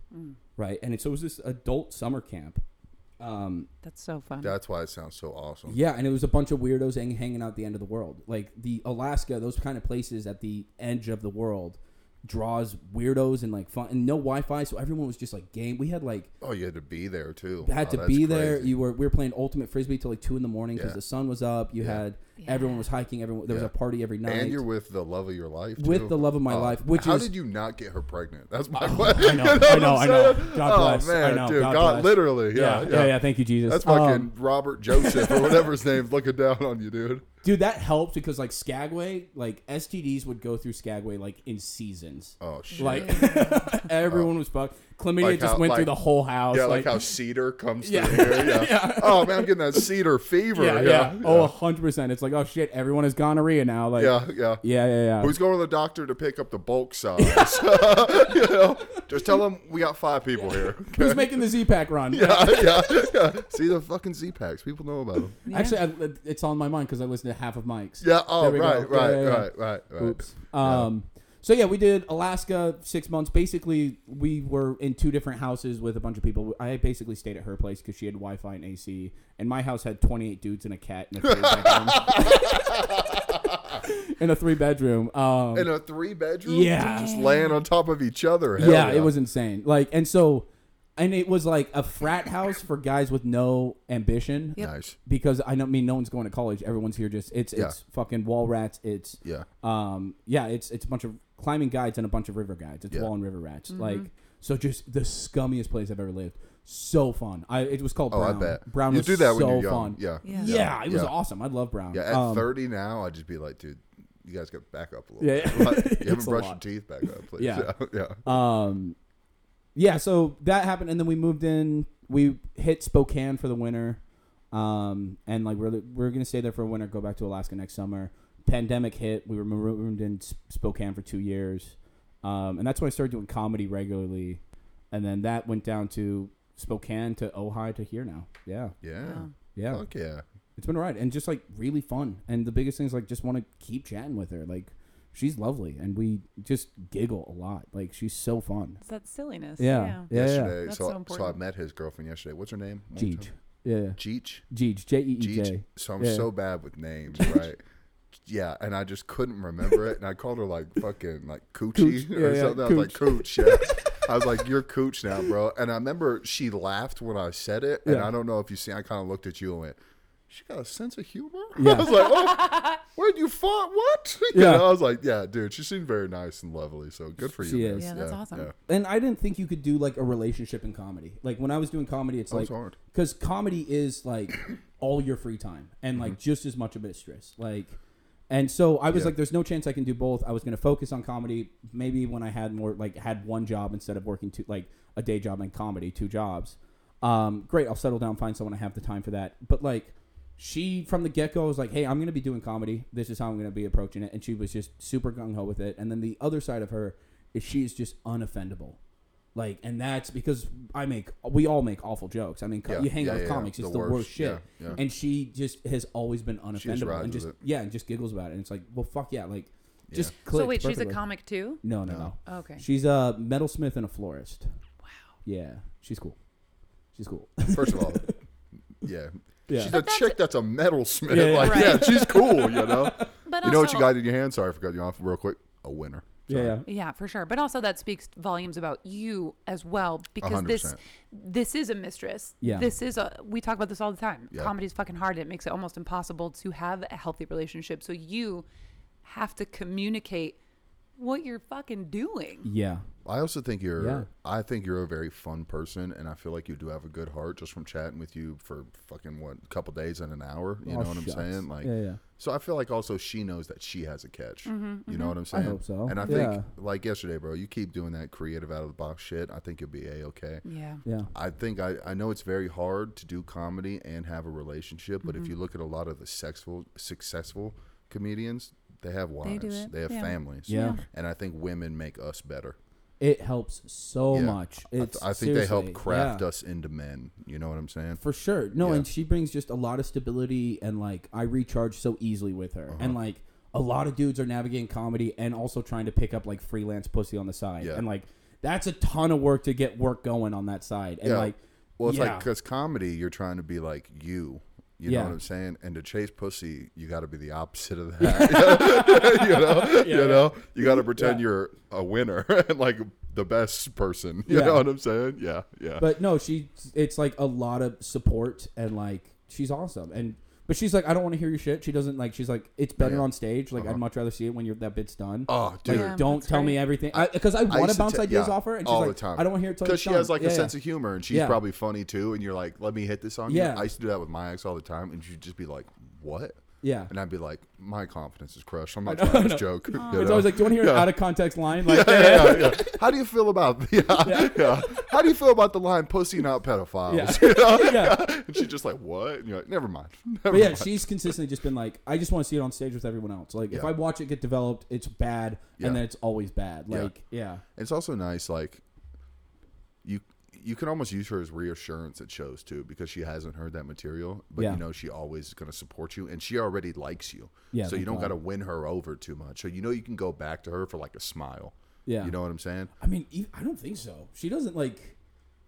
[SPEAKER 5] right? And it, so it was this adult summer camp. Um,
[SPEAKER 3] That's so fun.
[SPEAKER 4] that's why it sounds so awesome.
[SPEAKER 5] yeah, and it was a bunch of weirdos hang, hanging out at the end of the world. Like the Alaska, those kind of places at the edge of the world draws weirdos and like fun and no Wi-Fi, so everyone was just like game. We had like
[SPEAKER 4] Oh, you had to be there too.
[SPEAKER 5] had
[SPEAKER 4] Oh,
[SPEAKER 5] to
[SPEAKER 4] that's
[SPEAKER 5] be there.
[SPEAKER 4] crazy.
[SPEAKER 5] You were we were playing ultimate frisbee till like two in the morning because
[SPEAKER 4] Yeah.
[SPEAKER 5] the sun was up. You had everyone was hiking. Everyone there
[SPEAKER 4] Yeah.
[SPEAKER 5] was a party every night.
[SPEAKER 4] and you're with the love of your life.
[SPEAKER 5] With
[SPEAKER 4] too. Uh,
[SPEAKER 5] the love of my life, which
[SPEAKER 4] how
[SPEAKER 5] is- Oh,
[SPEAKER 4] did you not get her pregnant? That's my question.
[SPEAKER 5] I know,
[SPEAKER 4] You
[SPEAKER 5] I
[SPEAKER 4] what
[SPEAKER 5] know,
[SPEAKER 4] I'm
[SPEAKER 5] I know.
[SPEAKER 4] saying?
[SPEAKER 5] God bless,
[SPEAKER 4] Oh
[SPEAKER 5] I
[SPEAKER 4] man,
[SPEAKER 5] know,
[SPEAKER 4] dude,
[SPEAKER 5] God
[SPEAKER 4] God,
[SPEAKER 5] bless.
[SPEAKER 4] literally, yeah,
[SPEAKER 5] yeah, yeah. Thank you, Jesus.
[SPEAKER 4] That's fucking
[SPEAKER 5] Um,
[SPEAKER 4] Robert Joseph or whatever his name's looking down on you, dude.
[SPEAKER 5] dude, that helped because like Skagway, like STDs would go through Skagway like in seasons.
[SPEAKER 4] Oh shit. Oh.
[SPEAKER 5] Like everyone was fucked. Chlamydia
[SPEAKER 4] Like
[SPEAKER 5] just
[SPEAKER 4] how-
[SPEAKER 5] went through
[SPEAKER 4] like-
[SPEAKER 5] the whole house.
[SPEAKER 4] yeah, like, how cedar comes
[SPEAKER 5] Yeah.
[SPEAKER 4] through here. Yeah. Oh man, I'm getting that cedar fever.
[SPEAKER 5] yeah,
[SPEAKER 4] Yeah,
[SPEAKER 5] yeah. Oh, hundred percent. It's like, oh shit, everyone has gonorrhea now. Like,
[SPEAKER 4] yeah,
[SPEAKER 5] yeah,
[SPEAKER 4] yeah.
[SPEAKER 5] yeah, yeah. yeah.
[SPEAKER 4] Who's going to the doctor to pick up the bulk size? you know, just tell him we got five people here.
[SPEAKER 5] Who's making the Z Pack run?
[SPEAKER 4] yeah, yeah. See the fucking Z packs. People know about them.
[SPEAKER 5] Actually, I, it's on my mind because I listened to half of Mike's.
[SPEAKER 4] Yeah. Oh,
[SPEAKER 5] There we go.
[SPEAKER 4] right,
[SPEAKER 5] Yeah,
[SPEAKER 4] right,
[SPEAKER 5] yeah, yeah.
[SPEAKER 4] right, right, right.
[SPEAKER 5] Oops. Um, So yeah, we did Alaska six months. Basically, we were in two different houses with a bunch of people. I basically stayed at her place because she had Wi-Fi and AC, and my house had 28 dudes and a cat in a third bedroom. in a three bedroom. Um,
[SPEAKER 4] in a three bedroom.
[SPEAKER 5] Yeah.
[SPEAKER 4] just laying on top of each other. Hell
[SPEAKER 5] yeah, it was insane. Like, and so, and it was like a frat house for guys with no ambition.
[SPEAKER 4] nice.
[SPEAKER 5] Because I don't mean no one's going to college. Everyone's here just it's
[SPEAKER 4] Yeah.
[SPEAKER 5] it's fucking wall rats. It's
[SPEAKER 4] Yeah.
[SPEAKER 5] um yeah it's it's a bunch of climbing guides and a bunch of river guides. It's
[SPEAKER 4] Yeah. Mm-hmm.
[SPEAKER 5] wall and river rats. Like so, just the scummiest place I've ever lived. So fun. I it was called
[SPEAKER 4] Oh,
[SPEAKER 5] Brown.
[SPEAKER 4] I bet.
[SPEAKER 5] Brown
[SPEAKER 4] you
[SPEAKER 5] was
[SPEAKER 4] do
[SPEAKER 5] so
[SPEAKER 4] that when you're young.
[SPEAKER 5] fun.
[SPEAKER 4] Yeah.
[SPEAKER 3] Yeah.
[SPEAKER 5] Yeah, it was
[SPEAKER 4] Yeah.
[SPEAKER 5] awesome. I love Brown.
[SPEAKER 4] Yeah, at
[SPEAKER 5] Um,
[SPEAKER 4] 30 now, I'd just be like, dude, you guys got to back up a little
[SPEAKER 5] Yeah.
[SPEAKER 4] bit. Like,
[SPEAKER 5] It's
[SPEAKER 4] you haven't
[SPEAKER 5] a
[SPEAKER 4] brushed your
[SPEAKER 5] lot.
[SPEAKER 4] teeth back up, please.
[SPEAKER 5] Yeah.
[SPEAKER 4] yeah.
[SPEAKER 5] Um, yeah, so that happened, and then we moved in. We hit Spokane for the winter, um, and like we're we're gonna stay there for a winter, go back to Alaska next summer. Pandemic hit, we were marooned in S- Spokane for two years, um, and that's when I started doing comedy regularly, and then that went down to Spokane to Ojai to here now. Yeah,
[SPEAKER 4] yeah.
[SPEAKER 5] yeah,
[SPEAKER 4] Fuck yeah.
[SPEAKER 5] it's been a ride, and just like really fun. And the biggest thing is like just want to keep chatting with her. Like she's lovely, and we just giggle a lot. Like she's so fun.
[SPEAKER 3] It's that silliness.
[SPEAKER 5] Yeah. Yeah.
[SPEAKER 4] yesterday,
[SPEAKER 3] That's
[SPEAKER 4] so,
[SPEAKER 3] so
[SPEAKER 4] so I
[SPEAKER 3] important.
[SPEAKER 4] met his girlfriend yesterday. What's her name? One more
[SPEAKER 5] Jeej.
[SPEAKER 4] time.
[SPEAKER 5] Yeah.
[SPEAKER 4] Jeech.
[SPEAKER 5] Jeej. J E E
[SPEAKER 4] Jeech.
[SPEAKER 5] J.
[SPEAKER 4] So I'm
[SPEAKER 5] Yeah.
[SPEAKER 4] so bad with names, right? Yeah, and I just couldn't remember it, and I called her like fucking like coochie
[SPEAKER 5] Cooch.
[SPEAKER 4] or
[SPEAKER 5] Yeah, yeah,
[SPEAKER 4] something. I was like cooch. Yeah. I was like, "You're cooch now, bro." And I remember she laughed when I said it, and
[SPEAKER 5] Yeah.
[SPEAKER 4] I don't know if you see. I kind of looked at you and went, "She got a sense of humor."
[SPEAKER 5] Yeah.
[SPEAKER 4] I was like, "Oh, where'd you fought? What?" You
[SPEAKER 5] Yeah.
[SPEAKER 4] know, I was like, "Yeah, dude, she seemed very nice and lovely, so good for you."
[SPEAKER 5] She
[SPEAKER 4] man.
[SPEAKER 5] is.
[SPEAKER 3] Yeah, that's awesome.
[SPEAKER 5] And I didn't think you could do like a relationship in comedy. Like when I was doing comedy, it's
[SPEAKER 4] Oh,
[SPEAKER 5] like
[SPEAKER 4] it's hard.
[SPEAKER 5] because comedy is like all your free time and like just as much of it is stress. Like, and so I was
[SPEAKER 4] Mm-hmm. Yeah.
[SPEAKER 5] like, "There's no chance I can do both." I was going to focus on comedy. Maybe when I had more, like, had one job instead of working two, like a day job and comedy, two jobs. Um, great, I'll settle down, find someone I have the time for that. But like, she from the get go was like, "Hey, I'm going to be doing comedy. This is how I'm going to be approaching it." And she was just super gung ho with it. And then the other side of her is she is just unoffendable. Like, and that's because I make, we all make awful jokes. I mean, co-
[SPEAKER 4] Yeah,
[SPEAKER 5] you hang
[SPEAKER 4] yeah,
[SPEAKER 5] out with
[SPEAKER 4] yeah, yeah.
[SPEAKER 5] comics, it's
[SPEAKER 4] The
[SPEAKER 5] the worst,
[SPEAKER 4] worst,
[SPEAKER 5] shit.
[SPEAKER 4] yeah, yeah.
[SPEAKER 5] And she just has always been
[SPEAKER 4] She just
[SPEAKER 5] unoffendable
[SPEAKER 4] rides
[SPEAKER 5] and
[SPEAKER 4] with
[SPEAKER 5] just,
[SPEAKER 4] it.
[SPEAKER 5] yeah, and just giggles about it. And it's like, well, fuck yeah, like, just click.
[SPEAKER 3] So wait, she's a
[SPEAKER 5] perfectly.
[SPEAKER 3] comic too?
[SPEAKER 5] No, no, no.
[SPEAKER 3] Okay.
[SPEAKER 5] She's a metalsmith and a florist.
[SPEAKER 3] wow.
[SPEAKER 5] Yeah, she's cool. She's cool.
[SPEAKER 4] First of all, yeah.
[SPEAKER 5] Yeah.
[SPEAKER 4] She's a chick that's a metal smith.
[SPEAKER 5] Yeah, yeah.
[SPEAKER 4] like,
[SPEAKER 3] Right.
[SPEAKER 4] yeah, she's cool, you know?
[SPEAKER 3] But
[SPEAKER 4] you know what
[SPEAKER 3] also-
[SPEAKER 4] you got in your hand? Sorry, I forgot you off real quick. A winner.
[SPEAKER 5] yeah, yeah.
[SPEAKER 3] Yeah, for sure. But also that speaks volumes about you as well because this
[SPEAKER 4] 100%.
[SPEAKER 3] this is a mistress.
[SPEAKER 5] Yeah.
[SPEAKER 3] This is a we talk about this all the time.
[SPEAKER 4] Yeah.
[SPEAKER 3] Comedy's fucking hard. It makes it almost impossible to have a healthy relationship. So you have to communicate what you're fucking doing.
[SPEAKER 5] Yeah.
[SPEAKER 4] I also think you're
[SPEAKER 5] Yeah.
[SPEAKER 4] I think you're a very fun person and I feel like you do have a good heart just from chatting with you for fucking what a couple days and an hour. You
[SPEAKER 5] Oh,
[SPEAKER 4] know what
[SPEAKER 5] shucks.
[SPEAKER 4] I'm saying? Like
[SPEAKER 5] Yeah, yeah.
[SPEAKER 4] so I feel like also she knows that she has a catch. You know what I'm saying?
[SPEAKER 5] mm-hmm. hope so.
[SPEAKER 4] And I
[SPEAKER 5] Yeah.
[SPEAKER 4] think like yesterday, bro, you keep doing that creative out of the box shit. I think you'll be a okay.
[SPEAKER 3] Yeah.
[SPEAKER 5] Yeah.
[SPEAKER 4] I think I, I know it's very hard to do comedy and have a relationship, but if
[SPEAKER 3] Mm-hmm.
[SPEAKER 4] you look at a lot of the sexful, successful comedians, they have
[SPEAKER 3] They
[SPEAKER 4] wives,
[SPEAKER 3] do
[SPEAKER 4] they,
[SPEAKER 3] it,
[SPEAKER 4] have
[SPEAKER 3] yeah.
[SPEAKER 4] families.
[SPEAKER 5] Yeah.
[SPEAKER 4] And I think women make us better.
[SPEAKER 5] It helps so
[SPEAKER 4] Yeah.
[SPEAKER 5] much.
[SPEAKER 4] I th-
[SPEAKER 5] It's,
[SPEAKER 4] I, think they help
[SPEAKER 5] seriously,
[SPEAKER 4] craft
[SPEAKER 5] yeah.
[SPEAKER 4] us into men. You know what I'm saying?
[SPEAKER 5] For sure. No,
[SPEAKER 4] Yeah.
[SPEAKER 5] and she brings just a lot of stability and like I recharge so easily with her. And
[SPEAKER 4] Uh-huh.
[SPEAKER 5] like a lot of dudes are navigating comedy and also trying to pick up like freelance pussy on the side.
[SPEAKER 4] Yeah.
[SPEAKER 5] And like that's a ton of work to get work going on that side. And
[SPEAKER 4] Yeah.
[SPEAKER 5] like
[SPEAKER 4] well, it's
[SPEAKER 5] yeah.
[SPEAKER 4] like because comedy, you're trying to be like you. You
[SPEAKER 5] Yeah.
[SPEAKER 4] know what I'm saying? And to chase pussy, you got to be the opposite of that. you know, you know, you got to pretend
[SPEAKER 5] Yeah.
[SPEAKER 4] you're a winner and like the best person. You
[SPEAKER 5] Yeah.
[SPEAKER 4] know what I'm saying? Yeah, yeah.
[SPEAKER 5] But no, she it's like a lot of support and like she's awesome. And but she's like, I don't want to hear your shit. She doesn't like. She's like, it's better
[SPEAKER 4] yeah. Uh-huh.
[SPEAKER 5] on stage. Like, I'd much rather see it when you're that bit's done.
[SPEAKER 4] Oh,
[SPEAKER 5] Like,
[SPEAKER 4] dude.
[SPEAKER 5] don't
[SPEAKER 3] that's
[SPEAKER 5] tell me
[SPEAKER 3] right.
[SPEAKER 5] everything because I, want
[SPEAKER 4] used
[SPEAKER 5] to bounce
[SPEAKER 4] ta-
[SPEAKER 5] ideas
[SPEAKER 4] yeah,
[SPEAKER 5] off her, and she's
[SPEAKER 4] all
[SPEAKER 5] like,
[SPEAKER 4] the time.
[SPEAKER 5] I don't want to hear it till
[SPEAKER 4] because
[SPEAKER 5] it's
[SPEAKER 4] she
[SPEAKER 5] done.
[SPEAKER 4] has like
[SPEAKER 5] Yeah,
[SPEAKER 4] a
[SPEAKER 5] yeah.
[SPEAKER 4] sense of humor, and she's
[SPEAKER 5] Yeah.
[SPEAKER 4] probably funny too. And you're like, "Let me hit this on
[SPEAKER 5] Yeah.
[SPEAKER 4] you." I used to do that with my ex all the time, and she'd just be like, "What?"
[SPEAKER 5] Yeah.
[SPEAKER 4] and I'd be like, "My confidence is crushed. I'm not trying this joke." you
[SPEAKER 5] It's
[SPEAKER 4] know?
[SPEAKER 5] always like, do you want to hear an out of context line? Like,
[SPEAKER 4] yeah, yeah, yeah. How do you feel about yeah, yeah. How do you feel about the line "pussy not pedophiles"?
[SPEAKER 5] Yeah.
[SPEAKER 4] You know?
[SPEAKER 5] Yeah.
[SPEAKER 4] And she's just like, "What?" And you're like, "Never mind."
[SPEAKER 5] But yeah, she's consistently just been like, I just want to see it on stage with everyone else. Like, if
[SPEAKER 4] Yeah.
[SPEAKER 5] I watch it get developed, it's bad,
[SPEAKER 4] Yeah.
[SPEAKER 5] and then it's always bad.
[SPEAKER 4] Yeah.
[SPEAKER 5] Like, yeah,
[SPEAKER 4] It's also nice, like you you can almost use her as reassurance at shows too, because she hasn't heard that material, but
[SPEAKER 5] Yeah.
[SPEAKER 4] you know she always is going to support you, and she already likes you.
[SPEAKER 5] Yeah,
[SPEAKER 4] so you
[SPEAKER 5] thank
[SPEAKER 4] don't
[SPEAKER 5] God.
[SPEAKER 4] got to win her over too much. So you know you can go back to her for like a smile.
[SPEAKER 5] Yeah.
[SPEAKER 4] you know what I'm saying?
[SPEAKER 5] I mean, e- I don't think so. She doesn't like.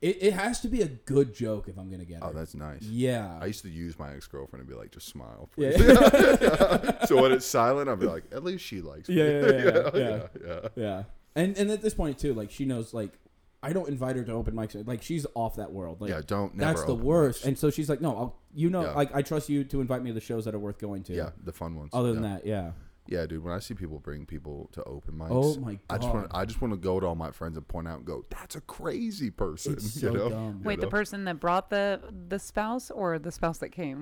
[SPEAKER 5] It, it has to be a good joke if I'm gonna get it.
[SPEAKER 4] Oh, that's nice.
[SPEAKER 5] yeah.
[SPEAKER 4] I used to use my ex girlfriend and be like, just smile. please."
[SPEAKER 5] yeah, yeah,
[SPEAKER 4] so when it's silent, I'll be like, at least she likes me.
[SPEAKER 5] yeah, yeah, yeah, yeah, yeah,
[SPEAKER 4] yeah.
[SPEAKER 5] yeah. And and at this point too, like she knows, like I don't invite her to open mics. Like she's off that world. Like
[SPEAKER 4] Yeah, don't- never
[SPEAKER 5] That's the
[SPEAKER 4] open
[SPEAKER 5] worst. And so she's like, no, I'll, you know,
[SPEAKER 4] Yeah.
[SPEAKER 5] like I trust you to invite me to the shows that are worth going to.
[SPEAKER 4] Yeah, the fun ones.
[SPEAKER 5] Other than
[SPEAKER 4] yeah.
[SPEAKER 5] that, yeah.
[SPEAKER 4] yeah, dude. When I see people bring people to open mics,
[SPEAKER 5] Oh my
[SPEAKER 4] I just want
[SPEAKER 5] God.
[SPEAKER 4] I just want to go to all my friends and point out and go, that's a crazy person.
[SPEAKER 5] It's
[SPEAKER 4] you
[SPEAKER 5] so
[SPEAKER 4] know?
[SPEAKER 5] dumb.
[SPEAKER 4] You
[SPEAKER 3] Wait, the
[SPEAKER 4] know?
[SPEAKER 3] person that brought the the spouse or the spouse that came?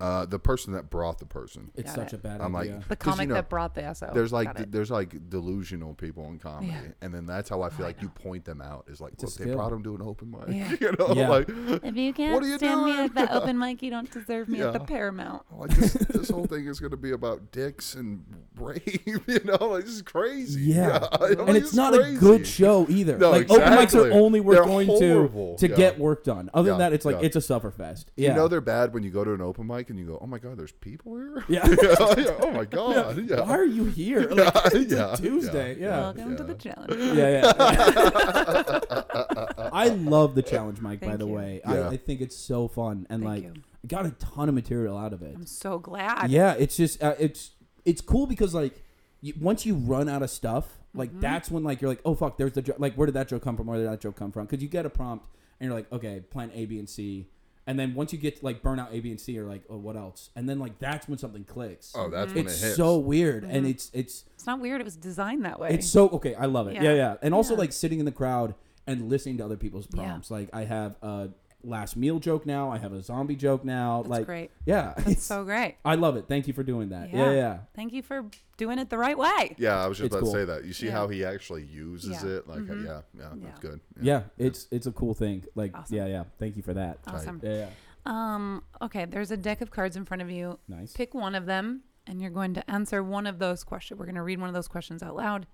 [SPEAKER 4] uh, the person that brought the person.
[SPEAKER 5] It's
[SPEAKER 3] Got
[SPEAKER 5] such
[SPEAKER 3] it.
[SPEAKER 5] a bad
[SPEAKER 4] I'm like,
[SPEAKER 5] idea.
[SPEAKER 3] The
[SPEAKER 4] 'Cause, you
[SPEAKER 3] comic
[SPEAKER 4] know,
[SPEAKER 3] that brought the SO.
[SPEAKER 4] there's
[SPEAKER 3] Oh,
[SPEAKER 4] like
[SPEAKER 3] Got
[SPEAKER 4] de-
[SPEAKER 3] it.
[SPEAKER 4] there's like delusional people in comedy,
[SPEAKER 3] Yeah. Oh,
[SPEAKER 4] and then that's how I feel like you point them out. Is like,
[SPEAKER 5] a
[SPEAKER 4] look, they brought
[SPEAKER 5] skill.
[SPEAKER 4] them to an open mic.
[SPEAKER 3] Yeah.
[SPEAKER 4] you know,
[SPEAKER 5] Yeah.
[SPEAKER 4] like,
[SPEAKER 3] if you
[SPEAKER 4] can't are you stand me doing? at the
[SPEAKER 3] open mic, you don't deserve me
[SPEAKER 4] at the Yeah.
[SPEAKER 3] Paramount.
[SPEAKER 4] like this, this whole thing is going to be about dicks and rape. You know, like this is crazy.
[SPEAKER 5] Yeah,
[SPEAKER 4] I mean,
[SPEAKER 5] and it's
[SPEAKER 4] is
[SPEAKER 5] not a good
[SPEAKER 4] crazy.
[SPEAKER 5] show either.
[SPEAKER 4] No,
[SPEAKER 5] like open mics
[SPEAKER 4] exactly.
[SPEAKER 5] are only we're
[SPEAKER 4] They're
[SPEAKER 5] going
[SPEAKER 4] horrible.
[SPEAKER 5] to to
[SPEAKER 4] Yeah.
[SPEAKER 5] get work done. Other than
[SPEAKER 4] Yeah,
[SPEAKER 5] that, it's like
[SPEAKER 4] yeah.
[SPEAKER 5] it's a sufferfest. Yeah,
[SPEAKER 4] You know they're bad when you go to an open mic and you go, "Oh my god, there's people here."
[SPEAKER 5] Yeah.
[SPEAKER 4] yeah, yeah, Oh my god. Yeah.
[SPEAKER 5] why are you here? Like, it's a
[SPEAKER 4] yeah, yeah,
[SPEAKER 5] Tuesday. Yeah,
[SPEAKER 3] Welcome to the challenge.
[SPEAKER 5] yeah, yeah. I love the challenge, Mike. by
[SPEAKER 3] Thank
[SPEAKER 5] the
[SPEAKER 3] you.
[SPEAKER 5] way,
[SPEAKER 4] Yeah.
[SPEAKER 5] I, I think it's so fun and
[SPEAKER 3] Thank
[SPEAKER 5] like
[SPEAKER 3] you.
[SPEAKER 5] I got a ton of material out of it.
[SPEAKER 3] I'm so glad.
[SPEAKER 5] Yeah, it's just uh, it's it's cool because like you, once you run out of stuff, like
[SPEAKER 3] Mm-hmm.
[SPEAKER 5] that's when like you're like, oh fuck, there's the jo- like where did that joke come from? Where did that joke come from? Because you get a prompt and you're like, okay, plan A, B, and C, and then once you get to, like burn out A, B, and C, you're like, oh, what else? And then like that's when something clicks.
[SPEAKER 4] Oh, that's
[SPEAKER 3] Mm-hmm.
[SPEAKER 4] when
[SPEAKER 5] it's
[SPEAKER 4] it hits.
[SPEAKER 5] so weird, and it's it's
[SPEAKER 3] It's not weird. It was designed that way.
[SPEAKER 5] it's so okay. I love it. Yeah, yeah.
[SPEAKER 3] Yeah.
[SPEAKER 5] And also
[SPEAKER 3] Yeah.
[SPEAKER 5] like sitting in the crowd and listening to other people's
[SPEAKER 3] Yeah.
[SPEAKER 5] prompts. Like I have a last meal joke now. I have a zombie joke now.
[SPEAKER 3] That's
[SPEAKER 5] like
[SPEAKER 3] great.
[SPEAKER 5] yeah,
[SPEAKER 3] That's so great.
[SPEAKER 5] I love it. Thank you for doing that. Yeah, yeah.
[SPEAKER 3] Thank you for doing it the right way.
[SPEAKER 4] Yeah, I was just
[SPEAKER 5] It's
[SPEAKER 4] about
[SPEAKER 5] cool.
[SPEAKER 4] to say that. You see
[SPEAKER 3] Yeah.
[SPEAKER 4] how he actually uses
[SPEAKER 3] Yeah. Mm-hmm.
[SPEAKER 4] it? Like, yeah, yeah, that's
[SPEAKER 3] Yeah.
[SPEAKER 4] good.
[SPEAKER 5] Yeah, it's it's a cool thing. Like,
[SPEAKER 3] Awesome.
[SPEAKER 5] yeah, yeah. Thank you for that.
[SPEAKER 3] Awesome.
[SPEAKER 5] Yeah, yeah.
[SPEAKER 3] Um, okay, there's a deck of cards in front of you.
[SPEAKER 5] Nice.
[SPEAKER 3] Pick one of them, and you're going to answer one of those questions. We're going to read one of those questions out loud,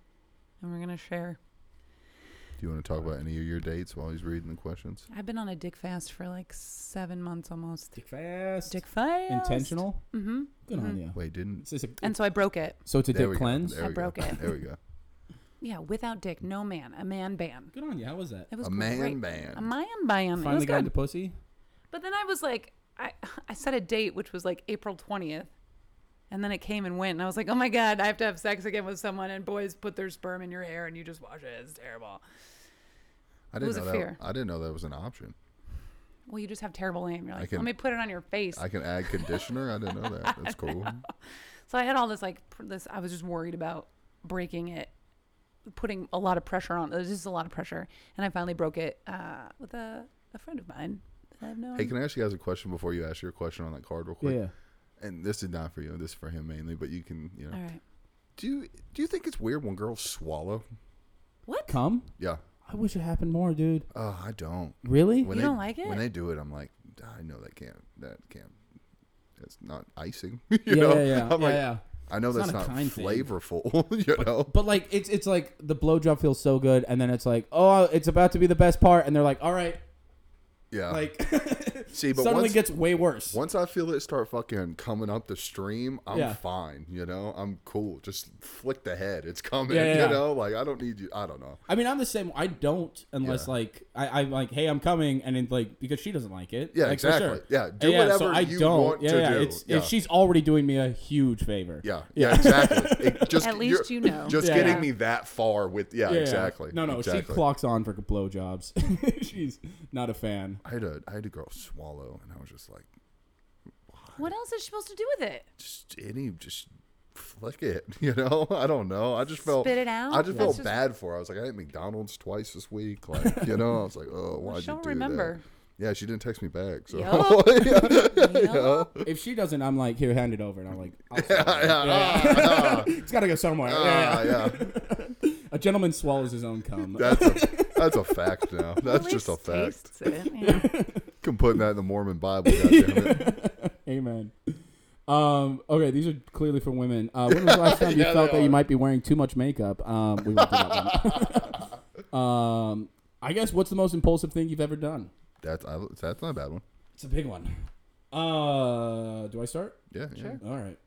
[SPEAKER 3] and we're going to share.
[SPEAKER 4] Do you want to talk about any of your dates while he's reading the questions?
[SPEAKER 3] I've been on a dick fast for like seven months almost.
[SPEAKER 5] Dick fast.
[SPEAKER 3] Dick fast.
[SPEAKER 5] Intentional.
[SPEAKER 3] Mm-hmm.
[SPEAKER 5] Good on you.
[SPEAKER 4] Wait, didn't
[SPEAKER 5] This is a-
[SPEAKER 3] And so I broke it.
[SPEAKER 5] so it's a
[SPEAKER 4] there
[SPEAKER 5] dick
[SPEAKER 4] we
[SPEAKER 5] cleanse.
[SPEAKER 4] Go. There
[SPEAKER 3] I
[SPEAKER 4] we
[SPEAKER 3] broke
[SPEAKER 4] go.
[SPEAKER 3] it.
[SPEAKER 4] There we go.
[SPEAKER 3] Yeah, without dick, no man. A man ban.
[SPEAKER 5] Good on you. How was that?
[SPEAKER 3] It was
[SPEAKER 4] A
[SPEAKER 3] great.
[SPEAKER 4] man ban.
[SPEAKER 3] A man ban. it was
[SPEAKER 5] Finally got
[SPEAKER 3] good.
[SPEAKER 5] into pussy.
[SPEAKER 3] But then I was like, I, I set a date, which was like April 20th. And then it came and went. And I was like, oh my God, I have to have sex again with someone. And boys put their sperm in your hair and you just wash it. It's terrible.
[SPEAKER 4] I didn't
[SPEAKER 3] was
[SPEAKER 4] know
[SPEAKER 3] a
[SPEAKER 4] that.
[SPEAKER 3] fear.
[SPEAKER 4] I didn't know that was an option.
[SPEAKER 3] Well, you just have terrible aim. You're like,
[SPEAKER 4] can-
[SPEAKER 3] let me put it on your face.
[SPEAKER 4] I can add conditioner. I didn't know that. That's cool.
[SPEAKER 3] so I had all this, like, pr- this, I was just worried about breaking it, putting a lot of pressure on. It was just a lot of pressure. And I finally broke it uh, with a, a friend of mine that I've known.
[SPEAKER 4] Hey, can I ask you guys a question before you ask your question on that card, real
[SPEAKER 5] Yeah,
[SPEAKER 4] quick? And this is not for you. This is for him mainly. But you can, you know,
[SPEAKER 3] all right.
[SPEAKER 4] do you, do you think it's weird when girls swallow?
[SPEAKER 3] What?
[SPEAKER 5] Come.
[SPEAKER 4] Yeah.
[SPEAKER 5] I wish it happened more, dude.
[SPEAKER 4] Uh, I don't.
[SPEAKER 5] Really?
[SPEAKER 4] When
[SPEAKER 3] You
[SPEAKER 4] they,
[SPEAKER 3] don't like
[SPEAKER 4] When
[SPEAKER 3] it?
[SPEAKER 4] they do it, I'm like, I know that can't. That can't. That's not icing. you
[SPEAKER 5] yeah,
[SPEAKER 4] know?
[SPEAKER 5] yeah, yeah,
[SPEAKER 4] I'm
[SPEAKER 5] yeah,
[SPEAKER 4] like,
[SPEAKER 5] yeah.
[SPEAKER 4] I know
[SPEAKER 5] It's
[SPEAKER 4] that's
[SPEAKER 5] not a
[SPEAKER 4] not,
[SPEAKER 5] kind thing.
[SPEAKER 4] flavorful. you know.
[SPEAKER 5] But like, it's it's like the blowjob feels so good, and then it's like, oh, it's about to be the best part, and they're like, all right,
[SPEAKER 4] Ah. yeah.
[SPEAKER 5] like
[SPEAKER 4] see, but
[SPEAKER 5] suddenly
[SPEAKER 4] once,
[SPEAKER 5] gets way worse.
[SPEAKER 4] once I feel it start fucking coming up the stream, I'm
[SPEAKER 5] Yeah.
[SPEAKER 4] fine. You know, I'm cool. Just flick the head. It's coming.
[SPEAKER 5] Yeah, yeah, yeah.
[SPEAKER 4] You know, like I don't need you. I don't know.
[SPEAKER 5] I mean, I'm the same. I don't unless
[SPEAKER 4] Yeah.
[SPEAKER 5] like I, I'm like, hey, I'm coming, and then like because she doesn't like it.
[SPEAKER 4] Yeah,
[SPEAKER 5] like, for
[SPEAKER 4] exactly.
[SPEAKER 5] sure.
[SPEAKER 4] Yeah, do
[SPEAKER 5] And
[SPEAKER 4] whatever you want
[SPEAKER 5] yeah,
[SPEAKER 4] to
[SPEAKER 5] yeah.
[SPEAKER 4] do.
[SPEAKER 5] It's,
[SPEAKER 4] Yeah.
[SPEAKER 5] It's, she's already doing me a huge favor.
[SPEAKER 4] Yeah, yeah, exactly. It just
[SPEAKER 3] At least
[SPEAKER 4] you're-
[SPEAKER 3] you know.
[SPEAKER 4] Just
[SPEAKER 5] Yeah.
[SPEAKER 4] getting me that far with yeah,
[SPEAKER 5] Yeah, yeah.
[SPEAKER 4] exactly.
[SPEAKER 5] No, no, she
[SPEAKER 4] exactly.
[SPEAKER 5] clocks on for blowjobs. she's not a fan.
[SPEAKER 4] I had a I had a girl swallow, and I was just like,
[SPEAKER 3] What else is she supposed to do with it?
[SPEAKER 4] just any just flick it you know i don't know i just felt
[SPEAKER 3] Spit it out?
[SPEAKER 4] i
[SPEAKER 3] That's
[SPEAKER 4] just felt
[SPEAKER 3] just-
[SPEAKER 4] bad for her i was like i ate mcdonald's twice this week like you know i was like oh why'd you
[SPEAKER 3] she'll
[SPEAKER 4] do
[SPEAKER 3] remember.
[SPEAKER 4] that yeah she didn't text me back so
[SPEAKER 3] Yup. Yup.
[SPEAKER 5] If she doesn't, I'm like, here, hand it over, and I'm like, I'll swallow it.
[SPEAKER 4] yeah,
[SPEAKER 5] it's got to go somewhere. Yeah,
[SPEAKER 4] ah,
[SPEAKER 5] yeah.
[SPEAKER 4] yeah.
[SPEAKER 5] A gentleman swallows his own cum.
[SPEAKER 4] that's a that's a fact now that's
[SPEAKER 3] At
[SPEAKER 4] just a
[SPEAKER 3] least
[SPEAKER 4] fact
[SPEAKER 3] tastes
[SPEAKER 5] eh?
[SPEAKER 3] it, yeah.
[SPEAKER 4] i'm putting that in the mormon bible goddammit.
[SPEAKER 5] Amen. Um, okay, these are clearly for women. Uh, when was the last time you
[SPEAKER 4] Yeah,
[SPEAKER 5] felt
[SPEAKER 4] they
[SPEAKER 5] that you
[SPEAKER 4] are.
[SPEAKER 5] might be wearing too much makeup? Um, we went to that one. um, I guess what's the most impulsive thing you've ever done?
[SPEAKER 4] that's I, that's not a bad one
[SPEAKER 5] It's a big one. Uh, do I start?
[SPEAKER 4] yeah, yeah.
[SPEAKER 3] Sure.
[SPEAKER 5] All right.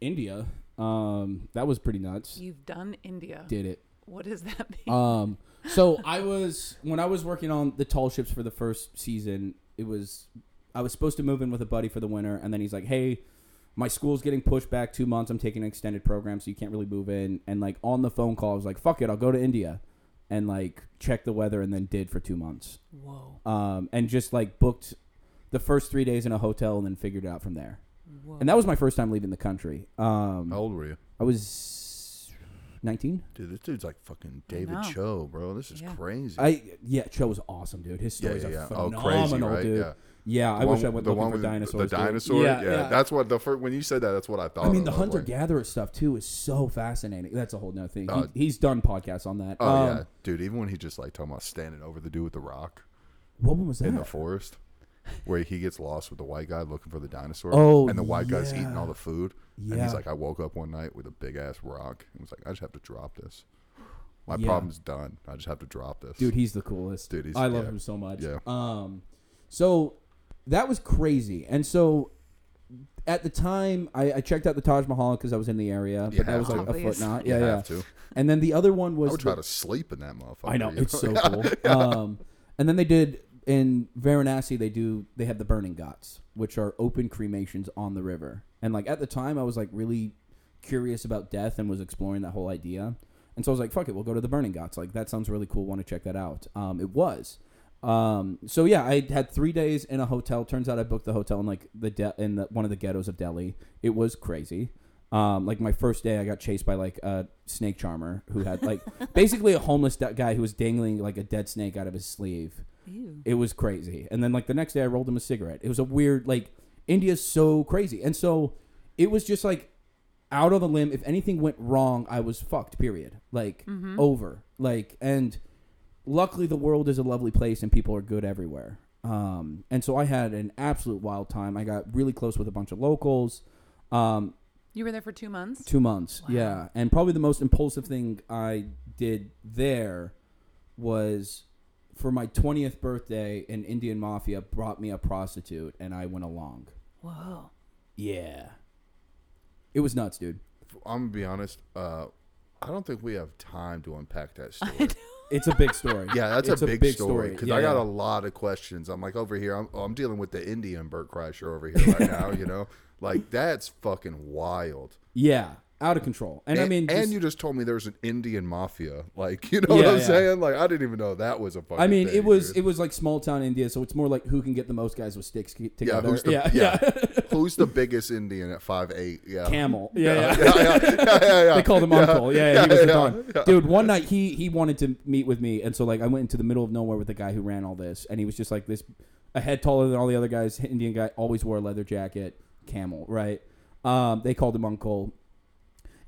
[SPEAKER 5] India. Um, that was pretty nuts.
[SPEAKER 3] You've done India.
[SPEAKER 5] Did it.
[SPEAKER 3] What does that mean?
[SPEAKER 5] Um, so I was when I was working on the tall ships for the first season. It was I was supposed to move in with a buddy for the winter, and then he's like, "Hey, my school's getting pushed back two months. I'm taking an extended program, so you can't really move in." And like on the phone call, I was like, "Fuck it, I'll go to India." And like check the weather, and then did for two months,
[SPEAKER 3] Whoa.
[SPEAKER 5] um, and just like booked the first three days in a hotel, and then figured it out from there.
[SPEAKER 3] Whoa.
[SPEAKER 5] And that was my first time leaving the country. Um,
[SPEAKER 4] How old were you?
[SPEAKER 5] I was nineteen.
[SPEAKER 4] Dude, this dude's like fucking David
[SPEAKER 3] know.
[SPEAKER 4] Cho, bro. This is
[SPEAKER 3] Yeah.
[SPEAKER 4] crazy.
[SPEAKER 5] I yeah, Cho was awesome, dude. His
[SPEAKER 4] Yeah,
[SPEAKER 5] stories
[SPEAKER 4] yeah, yeah.
[SPEAKER 5] are
[SPEAKER 4] Oh,
[SPEAKER 5] phenomenal,
[SPEAKER 4] crazy, right?
[SPEAKER 5] dude.
[SPEAKER 4] Yeah.
[SPEAKER 5] Yeah, I
[SPEAKER 4] The
[SPEAKER 5] wish I
[SPEAKER 4] one-
[SPEAKER 5] went
[SPEAKER 4] the
[SPEAKER 5] looking
[SPEAKER 4] one
[SPEAKER 5] for
[SPEAKER 4] with the-
[SPEAKER 5] dinosaurs.
[SPEAKER 4] The
[SPEAKER 5] dude.
[SPEAKER 4] dinosaur, yeah, that's what the first when you said that, that's what I thought.
[SPEAKER 5] I mean,
[SPEAKER 4] of.
[SPEAKER 5] the
[SPEAKER 4] was like,
[SPEAKER 5] hunter gatherer stuff too is so fascinating. That's a whole nother thing. He-
[SPEAKER 4] Uh,
[SPEAKER 5] he's done podcasts on that.
[SPEAKER 4] Oh
[SPEAKER 5] Um,
[SPEAKER 4] yeah, dude. Even when he just like talking about standing over the dude with the rock
[SPEAKER 5] What one was that?
[SPEAKER 4] in the forest, where he gets lost with the white guy looking for the dinosaur.
[SPEAKER 5] Oh,
[SPEAKER 4] and the white guy's eating
[SPEAKER 5] yeah.
[SPEAKER 4] all the food. And
[SPEAKER 5] Yeah.
[SPEAKER 4] he's like, I woke up one night with a big ass rock and was like, I just have to drop this. My
[SPEAKER 5] Yeah.
[SPEAKER 4] problem's done. I just have to drop this.
[SPEAKER 5] Dude, he's the coolest.
[SPEAKER 4] Dude, he's-
[SPEAKER 5] I love
[SPEAKER 4] yeah.
[SPEAKER 5] him so much.
[SPEAKER 4] Yeah.
[SPEAKER 5] Um, so that was crazy, and so at the time I, I checked out the Taj Mahal because I was in the area,
[SPEAKER 4] You
[SPEAKER 5] but that
[SPEAKER 4] have
[SPEAKER 5] was like
[SPEAKER 4] to.
[SPEAKER 5] a
[SPEAKER 3] Obvious.
[SPEAKER 5] footnote.
[SPEAKER 4] You
[SPEAKER 5] Yeah, yeah.
[SPEAKER 4] have to.
[SPEAKER 5] And then the other one was
[SPEAKER 4] I would try
[SPEAKER 5] the-
[SPEAKER 4] to sleep in that motherfucker.
[SPEAKER 5] I know
[SPEAKER 4] you
[SPEAKER 5] it's so cool. Um, and then they did in Varanasi. They do they have the burning ghats, which are open cremations on the river. And like at the time, I was like really curious about death and was exploring that whole idea. And so I was like, "Fuck it, we'll go to the burning ghats. Like that sounds really cool. Want to check that out?" Um, it was. Um, so yeah, I had three days in a hotel. Turns out I booked the hotel in like the de- in the, one of the ghettos of Delhi. It was crazy. Um, like my first day, I got chased by like a snake charmer who had like basically a homeless du- guy who was dangling like a dead snake out of his sleeve.
[SPEAKER 3] Ew.
[SPEAKER 5] It was crazy. And then like the next day, I rolled him a cigarette. It was a weird like India's so crazy, and so it was just like out on the limb. If anything went wrong, I was fucked. Period. Like over. Like and luckily the world is a lovely place and people are good everywhere. Um, and so I had an absolute wild time. I got really close with a bunch of locals. Um,
[SPEAKER 3] You were there for two months.
[SPEAKER 5] Two months, yeah. And probably the most impulsive thing I did there was for my 20th birthday, an Indian mafia brought me a prostitute and I went along.
[SPEAKER 3] Whoa.
[SPEAKER 5] Yeah. It was nuts, dude.
[SPEAKER 4] I'm gonna be honest. Uh, I don't think we have time to unpack that story.
[SPEAKER 5] It's a big story.
[SPEAKER 4] Yeah, that's
[SPEAKER 5] It's
[SPEAKER 4] a, big, story because I
[SPEAKER 5] Yeah.
[SPEAKER 4] got a lot of questions. I'm like over here. I'm, oh, I'm dealing with the Indian bird crasher over here right now. You know, like that's fucking wild.
[SPEAKER 5] Yeah, out of control. And, I mean,
[SPEAKER 4] and
[SPEAKER 5] just-
[SPEAKER 4] you just told me there was an Indian mafia. Like, you know what
[SPEAKER 5] Yeah,
[SPEAKER 4] I'm
[SPEAKER 5] yeah.
[SPEAKER 4] saying? Like, I didn't even know that was a fucking.
[SPEAKER 5] I mean,
[SPEAKER 4] thing,
[SPEAKER 5] it was
[SPEAKER 4] dude.
[SPEAKER 5] it was like small town India, so it's more like who can get the most guys with sticks ki-
[SPEAKER 4] yeah,
[SPEAKER 5] together.
[SPEAKER 4] who's the yeah,
[SPEAKER 5] yeah.
[SPEAKER 4] who's the biggest Indian at five eight? Yeah,
[SPEAKER 5] camel. Yeah, yeah.
[SPEAKER 4] yeah, yeah, yeah, yeah, yeah.
[SPEAKER 5] they called him uncle. Yeah,
[SPEAKER 4] yeah,
[SPEAKER 5] he was the
[SPEAKER 4] yeah,
[SPEAKER 5] don. Dude, one night he he wanted to meet with me, and so like I went into the middle of nowhere with the guy who ran all this, and he was just like this, a head taller than all the other guys. Indian guy always wore a leather jacket, camel, right? Um, they called him uncle,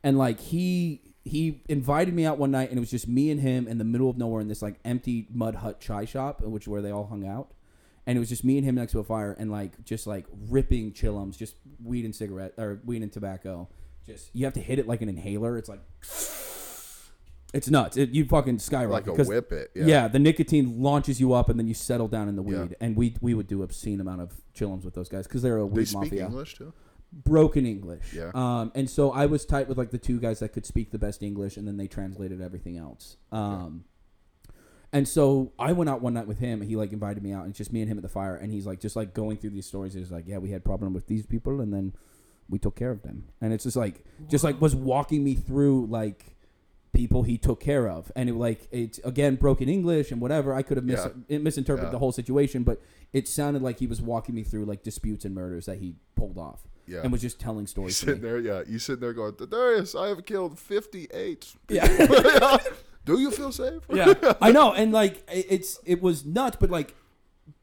[SPEAKER 5] and like he he invited me out one night, and it was just me and him in the middle of nowhere in this like empty mud hut chai shop, which is where they all hung out. And it was just me and him next to a fire, and like just like ripping chillums, just weed and cigarette or weed and tobacco. Just you have to hit it like an inhaler. It's like it's nuts. It, you fucking skyrocket.
[SPEAKER 4] Like a
[SPEAKER 5] 'cause-
[SPEAKER 4] whip it, yeah.
[SPEAKER 5] Yeah. the nicotine launches you up, and then you settle down in the weed.
[SPEAKER 4] Yeah.
[SPEAKER 5] And we we would do obscene amount of chillums with those guys because they're a
[SPEAKER 4] They
[SPEAKER 5] weed
[SPEAKER 4] speak
[SPEAKER 5] mafia
[SPEAKER 4] English too.
[SPEAKER 5] broken English.
[SPEAKER 4] Yeah.
[SPEAKER 5] Um, and so I was tight with like the two guys that could speak the best English, and then they translated everything else. Um, and so I went out one night with him, and he like invited me out, and it's just me and him at the fire, and he's like just like going through these stories. And he's like, yeah, we had problem with these people, and then we took care of them, and it's just like just like was walking me through like people he took care of and it like it's again broken english and whatever i could have mis- it misinterpreted
[SPEAKER 4] Yeah.
[SPEAKER 5] the whole situation but it sounded like he was walking me through like disputes and murders that he pulled off
[SPEAKER 4] Yeah.
[SPEAKER 5] and was just telling
[SPEAKER 4] You
[SPEAKER 5] stories to
[SPEAKER 4] sitting
[SPEAKER 5] me.
[SPEAKER 4] there, yeah. You sitting there going, Darius, I have killed fifty eight.
[SPEAKER 5] yeah
[SPEAKER 4] Do you feel safe?
[SPEAKER 5] yeah i know and like it- it's it was nuts but like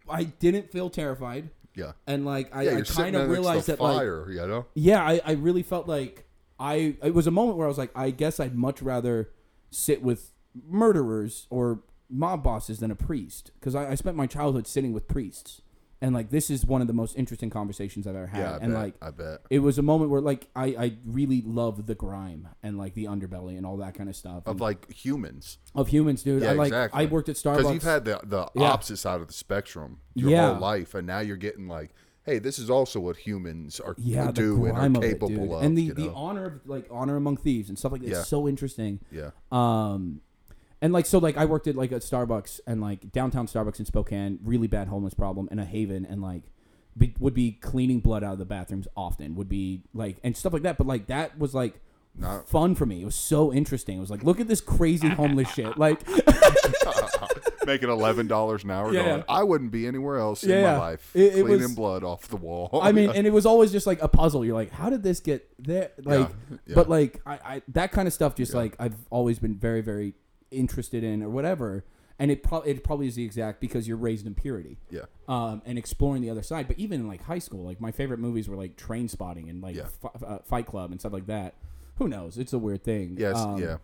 [SPEAKER 5] i didn't feel terrified
[SPEAKER 4] yeah.
[SPEAKER 5] and like i,
[SPEAKER 4] Yeah,
[SPEAKER 5] I
[SPEAKER 4] you're sitting
[SPEAKER 5] kind
[SPEAKER 4] there
[SPEAKER 5] of
[SPEAKER 4] next to
[SPEAKER 5] realized
[SPEAKER 4] the
[SPEAKER 5] that like
[SPEAKER 4] fire, you know.
[SPEAKER 5] yeah I, I really felt like i it was a moment where i was like i guess i'd much rather sit with murderers or mob bosses than a priest because I, I spent my childhood sitting with priests and like this is one of the most interesting conversations i've ever had
[SPEAKER 4] Yeah, I
[SPEAKER 5] and
[SPEAKER 4] bet,
[SPEAKER 5] like
[SPEAKER 4] I bet.
[SPEAKER 5] it was a moment where like i i really love the grime and like the underbelly and all that kind of stuff
[SPEAKER 4] Of
[SPEAKER 5] and-
[SPEAKER 4] like humans.
[SPEAKER 5] of humans, dude.
[SPEAKER 4] Yeah,
[SPEAKER 5] I like
[SPEAKER 4] exactly.
[SPEAKER 5] I worked at Starbucks.
[SPEAKER 4] Because you've had the, the
[SPEAKER 5] Yeah.
[SPEAKER 4] opposite side of the spectrum your
[SPEAKER 5] Yeah.
[SPEAKER 4] whole life, and now you're getting like, hey, this is also what humans are
[SPEAKER 5] yeah, the
[SPEAKER 4] do and
[SPEAKER 5] grime
[SPEAKER 4] are
[SPEAKER 5] of it,
[SPEAKER 4] capable
[SPEAKER 5] dude.
[SPEAKER 4] of.
[SPEAKER 5] and the,
[SPEAKER 4] you
[SPEAKER 5] the
[SPEAKER 4] know?
[SPEAKER 5] honor of like honor among thieves and stuff like that.
[SPEAKER 4] Yeah.
[SPEAKER 5] It's so interesting.
[SPEAKER 4] yeah,
[SPEAKER 5] Um, And like so, like I worked at like a Starbucks and like downtown Starbucks in Spokane, really bad homeless problem, and a Haven, and like be, would be cleaning blood out of the bathrooms often, would be like and stuff like that. But like that was like
[SPEAKER 4] Not-
[SPEAKER 5] fun for me. It was so interesting. It was like, look at this crazy homeless shit. Like,
[SPEAKER 4] making eleven dollars an hour.
[SPEAKER 5] Yeah,
[SPEAKER 4] going,
[SPEAKER 5] yeah.
[SPEAKER 4] I wouldn't be anywhere else in
[SPEAKER 5] Yeah,
[SPEAKER 4] my
[SPEAKER 5] yeah.
[SPEAKER 4] life
[SPEAKER 5] It- it
[SPEAKER 4] cleaning
[SPEAKER 5] was-
[SPEAKER 4] blood off the wall.
[SPEAKER 5] I mean, and it was always just like a puzzle. You're like, how did this get there? Like,
[SPEAKER 4] yeah.
[SPEAKER 5] but like I, I that kind of stuff. Just like I've always been very, very interested in or whatever. And it probably it probably is the exact because you're raised in purity.
[SPEAKER 4] Yeah.
[SPEAKER 5] Um, and exploring the other side. But even in like high school, like my favorite movies were like Train Spotting and like
[SPEAKER 4] Yeah.
[SPEAKER 5] F- uh, Fight Club and stuff like that. Who knows? It's a weird thing.
[SPEAKER 4] yes,
[SPEAKER 5] Um,
[SPEAKER 4] yeah,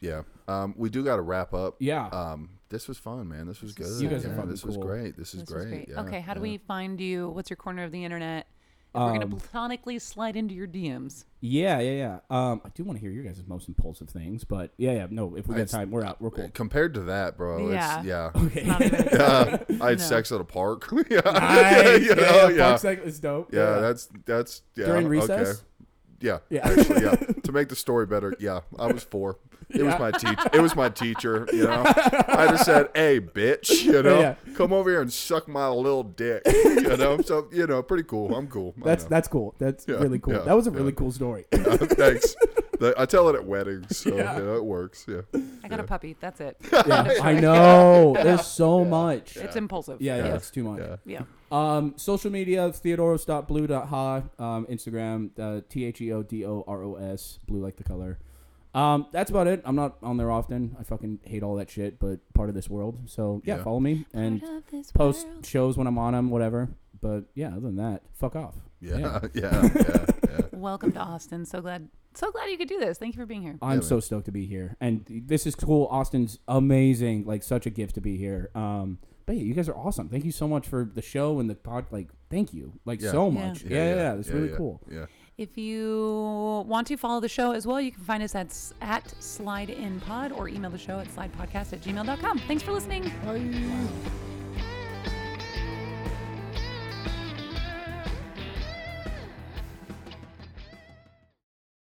[SPEAKER 4] yeah. Um, we do got to wrap up.
[SPEAKER 5] Yeah.
[SPEAKER 4] Um, this was fun, man. This was good.
[SPEAKER 5] is You guys are
[SPEAKER 4] yeah,
[SPEAKER 5] fucking
[SPEAKER 4] this was
[SPEAKER 5] cool.
[SPEAKER 4] great. This is
[SPEAKER 3] This was
[SPEAKER 4] great. Yeah,
[SPEAKER 3] okay, how do
[SPEAKER 4] yeah.
[SPEAKER 3] we find you? What's your corner of the internet? If we're gonna
[SPEAKER 5] Um,
[SPEAKER 3] platonically slide into your DMs.
[SPEAKER 5] yeah, yeah, yeah. Um, I do want to hear your guys' most impulsive things, but yeah, yeah. No, if we got
[SPEAKER 4] It's- uh,
[SPEAKER 5] time, we're out. We're cool.
[SPEAKER 4] Compared to that, bro, it's yeah.
[SPEAKER 3] Yeah.
[SPEAKER 5] Okay.
[SPEAKER 3] Not even a-
[SPEAKER 4] Uh, I had sex at a park. yeah.
[SPEAKER 5] Nice.
[SPEAKER 4] you know,
[SPEAKER 5] yeah,
[SPEAKER 4] yeah.
[SPEAKER 5] Park Cycle is dope.
[SPEAKER 4] Yeah, that's that's yeah.
[SPEAKER 5] During
[SPEAKER 4] okay.
[SPEAKER 5] recess?
[SPEAKER 4] Yeah,
[SPEAKER 5] Yeah.
[SPEAKER 4] Actually, yeah. to make the story better, yeah, I was four. It was my teacher. It was my teacher. You know, I just said, "Hey, bitch," you know,
[SPEAKER 5] Yeah.
[SPEAKER 4] come over here and suck my little dick. You know, so you know, pretty cool. I'm cool. I
[SPEAKER 5] that's
[SPEAKER 4] know.
[SPEAKER 5] that's cool. That's
[SPEAKER 4] Yeah,
[SPEAKER 5] really cool.
[SPEAKER 4] yeah,
[SPEAKER 5] that was a
[SPEAKER 4] yeah.
[SPEAKER 5] really cool story.
[SPEAKER 4] thanks. The- I tell it at weddings, so you know, it works. Yeah,
[SPEAKER 3] I got a puppy. That's it.
[SPEAKER 5] Yeah, I know. There's so much.
[SPEAKER 3] It's impulsive.
[SPEAKER 5] Yeah, yeah, it's too much.
[SPEAKER 4] yeah.
[SPEAKER 3] Yeah.
[SPEAKER 5] Um, social media: theodoros.blue.ha, um, Instagram, uh, t h e o d o r o s, blue like the color. Um, that's about it. I'm not on there often. I fucking hate all that shit, but part of this world. So yeah,
[SPEAKER 4] Yeah.
[SPEAKER 5] follow me and post shows when I'm on them, whatever. But yeah, other than that, fuck off.
[SPEAKER 4] yeah, yeah, yeah. yeah.
[SPEAKER 3] Welcome to Austin. So glad so glad you could do this. Thank you for being here.
[SPEAKER 5] I'm so stoked to be here, and this is cool. Austin's amazing, like such a gift to be here. Um, but yeah, you guys are awesome. Thank you so much for the show and the pod. Like, thank you, like
[SPEAKER 4] Yeah.
[SPEAKER 5] so
[SPEAKER 4] Yeah.
[SPEAKER 5] much. Yeah, yeah, yeah, that's
[SPEAKER 4] yeah,
[SPEAKER 5] really
[SPEAKER 4] yeah,
[SPEAKER 5] cool.
[SPEAKER 4] Yeah.
[SPEAKER 3] If you want to follow the show as well, you can find us at, s- at Slide In Pod or email the show at slidepodcast at gmail.com. Thanks for listening.
[SPEAKER 4] Bye.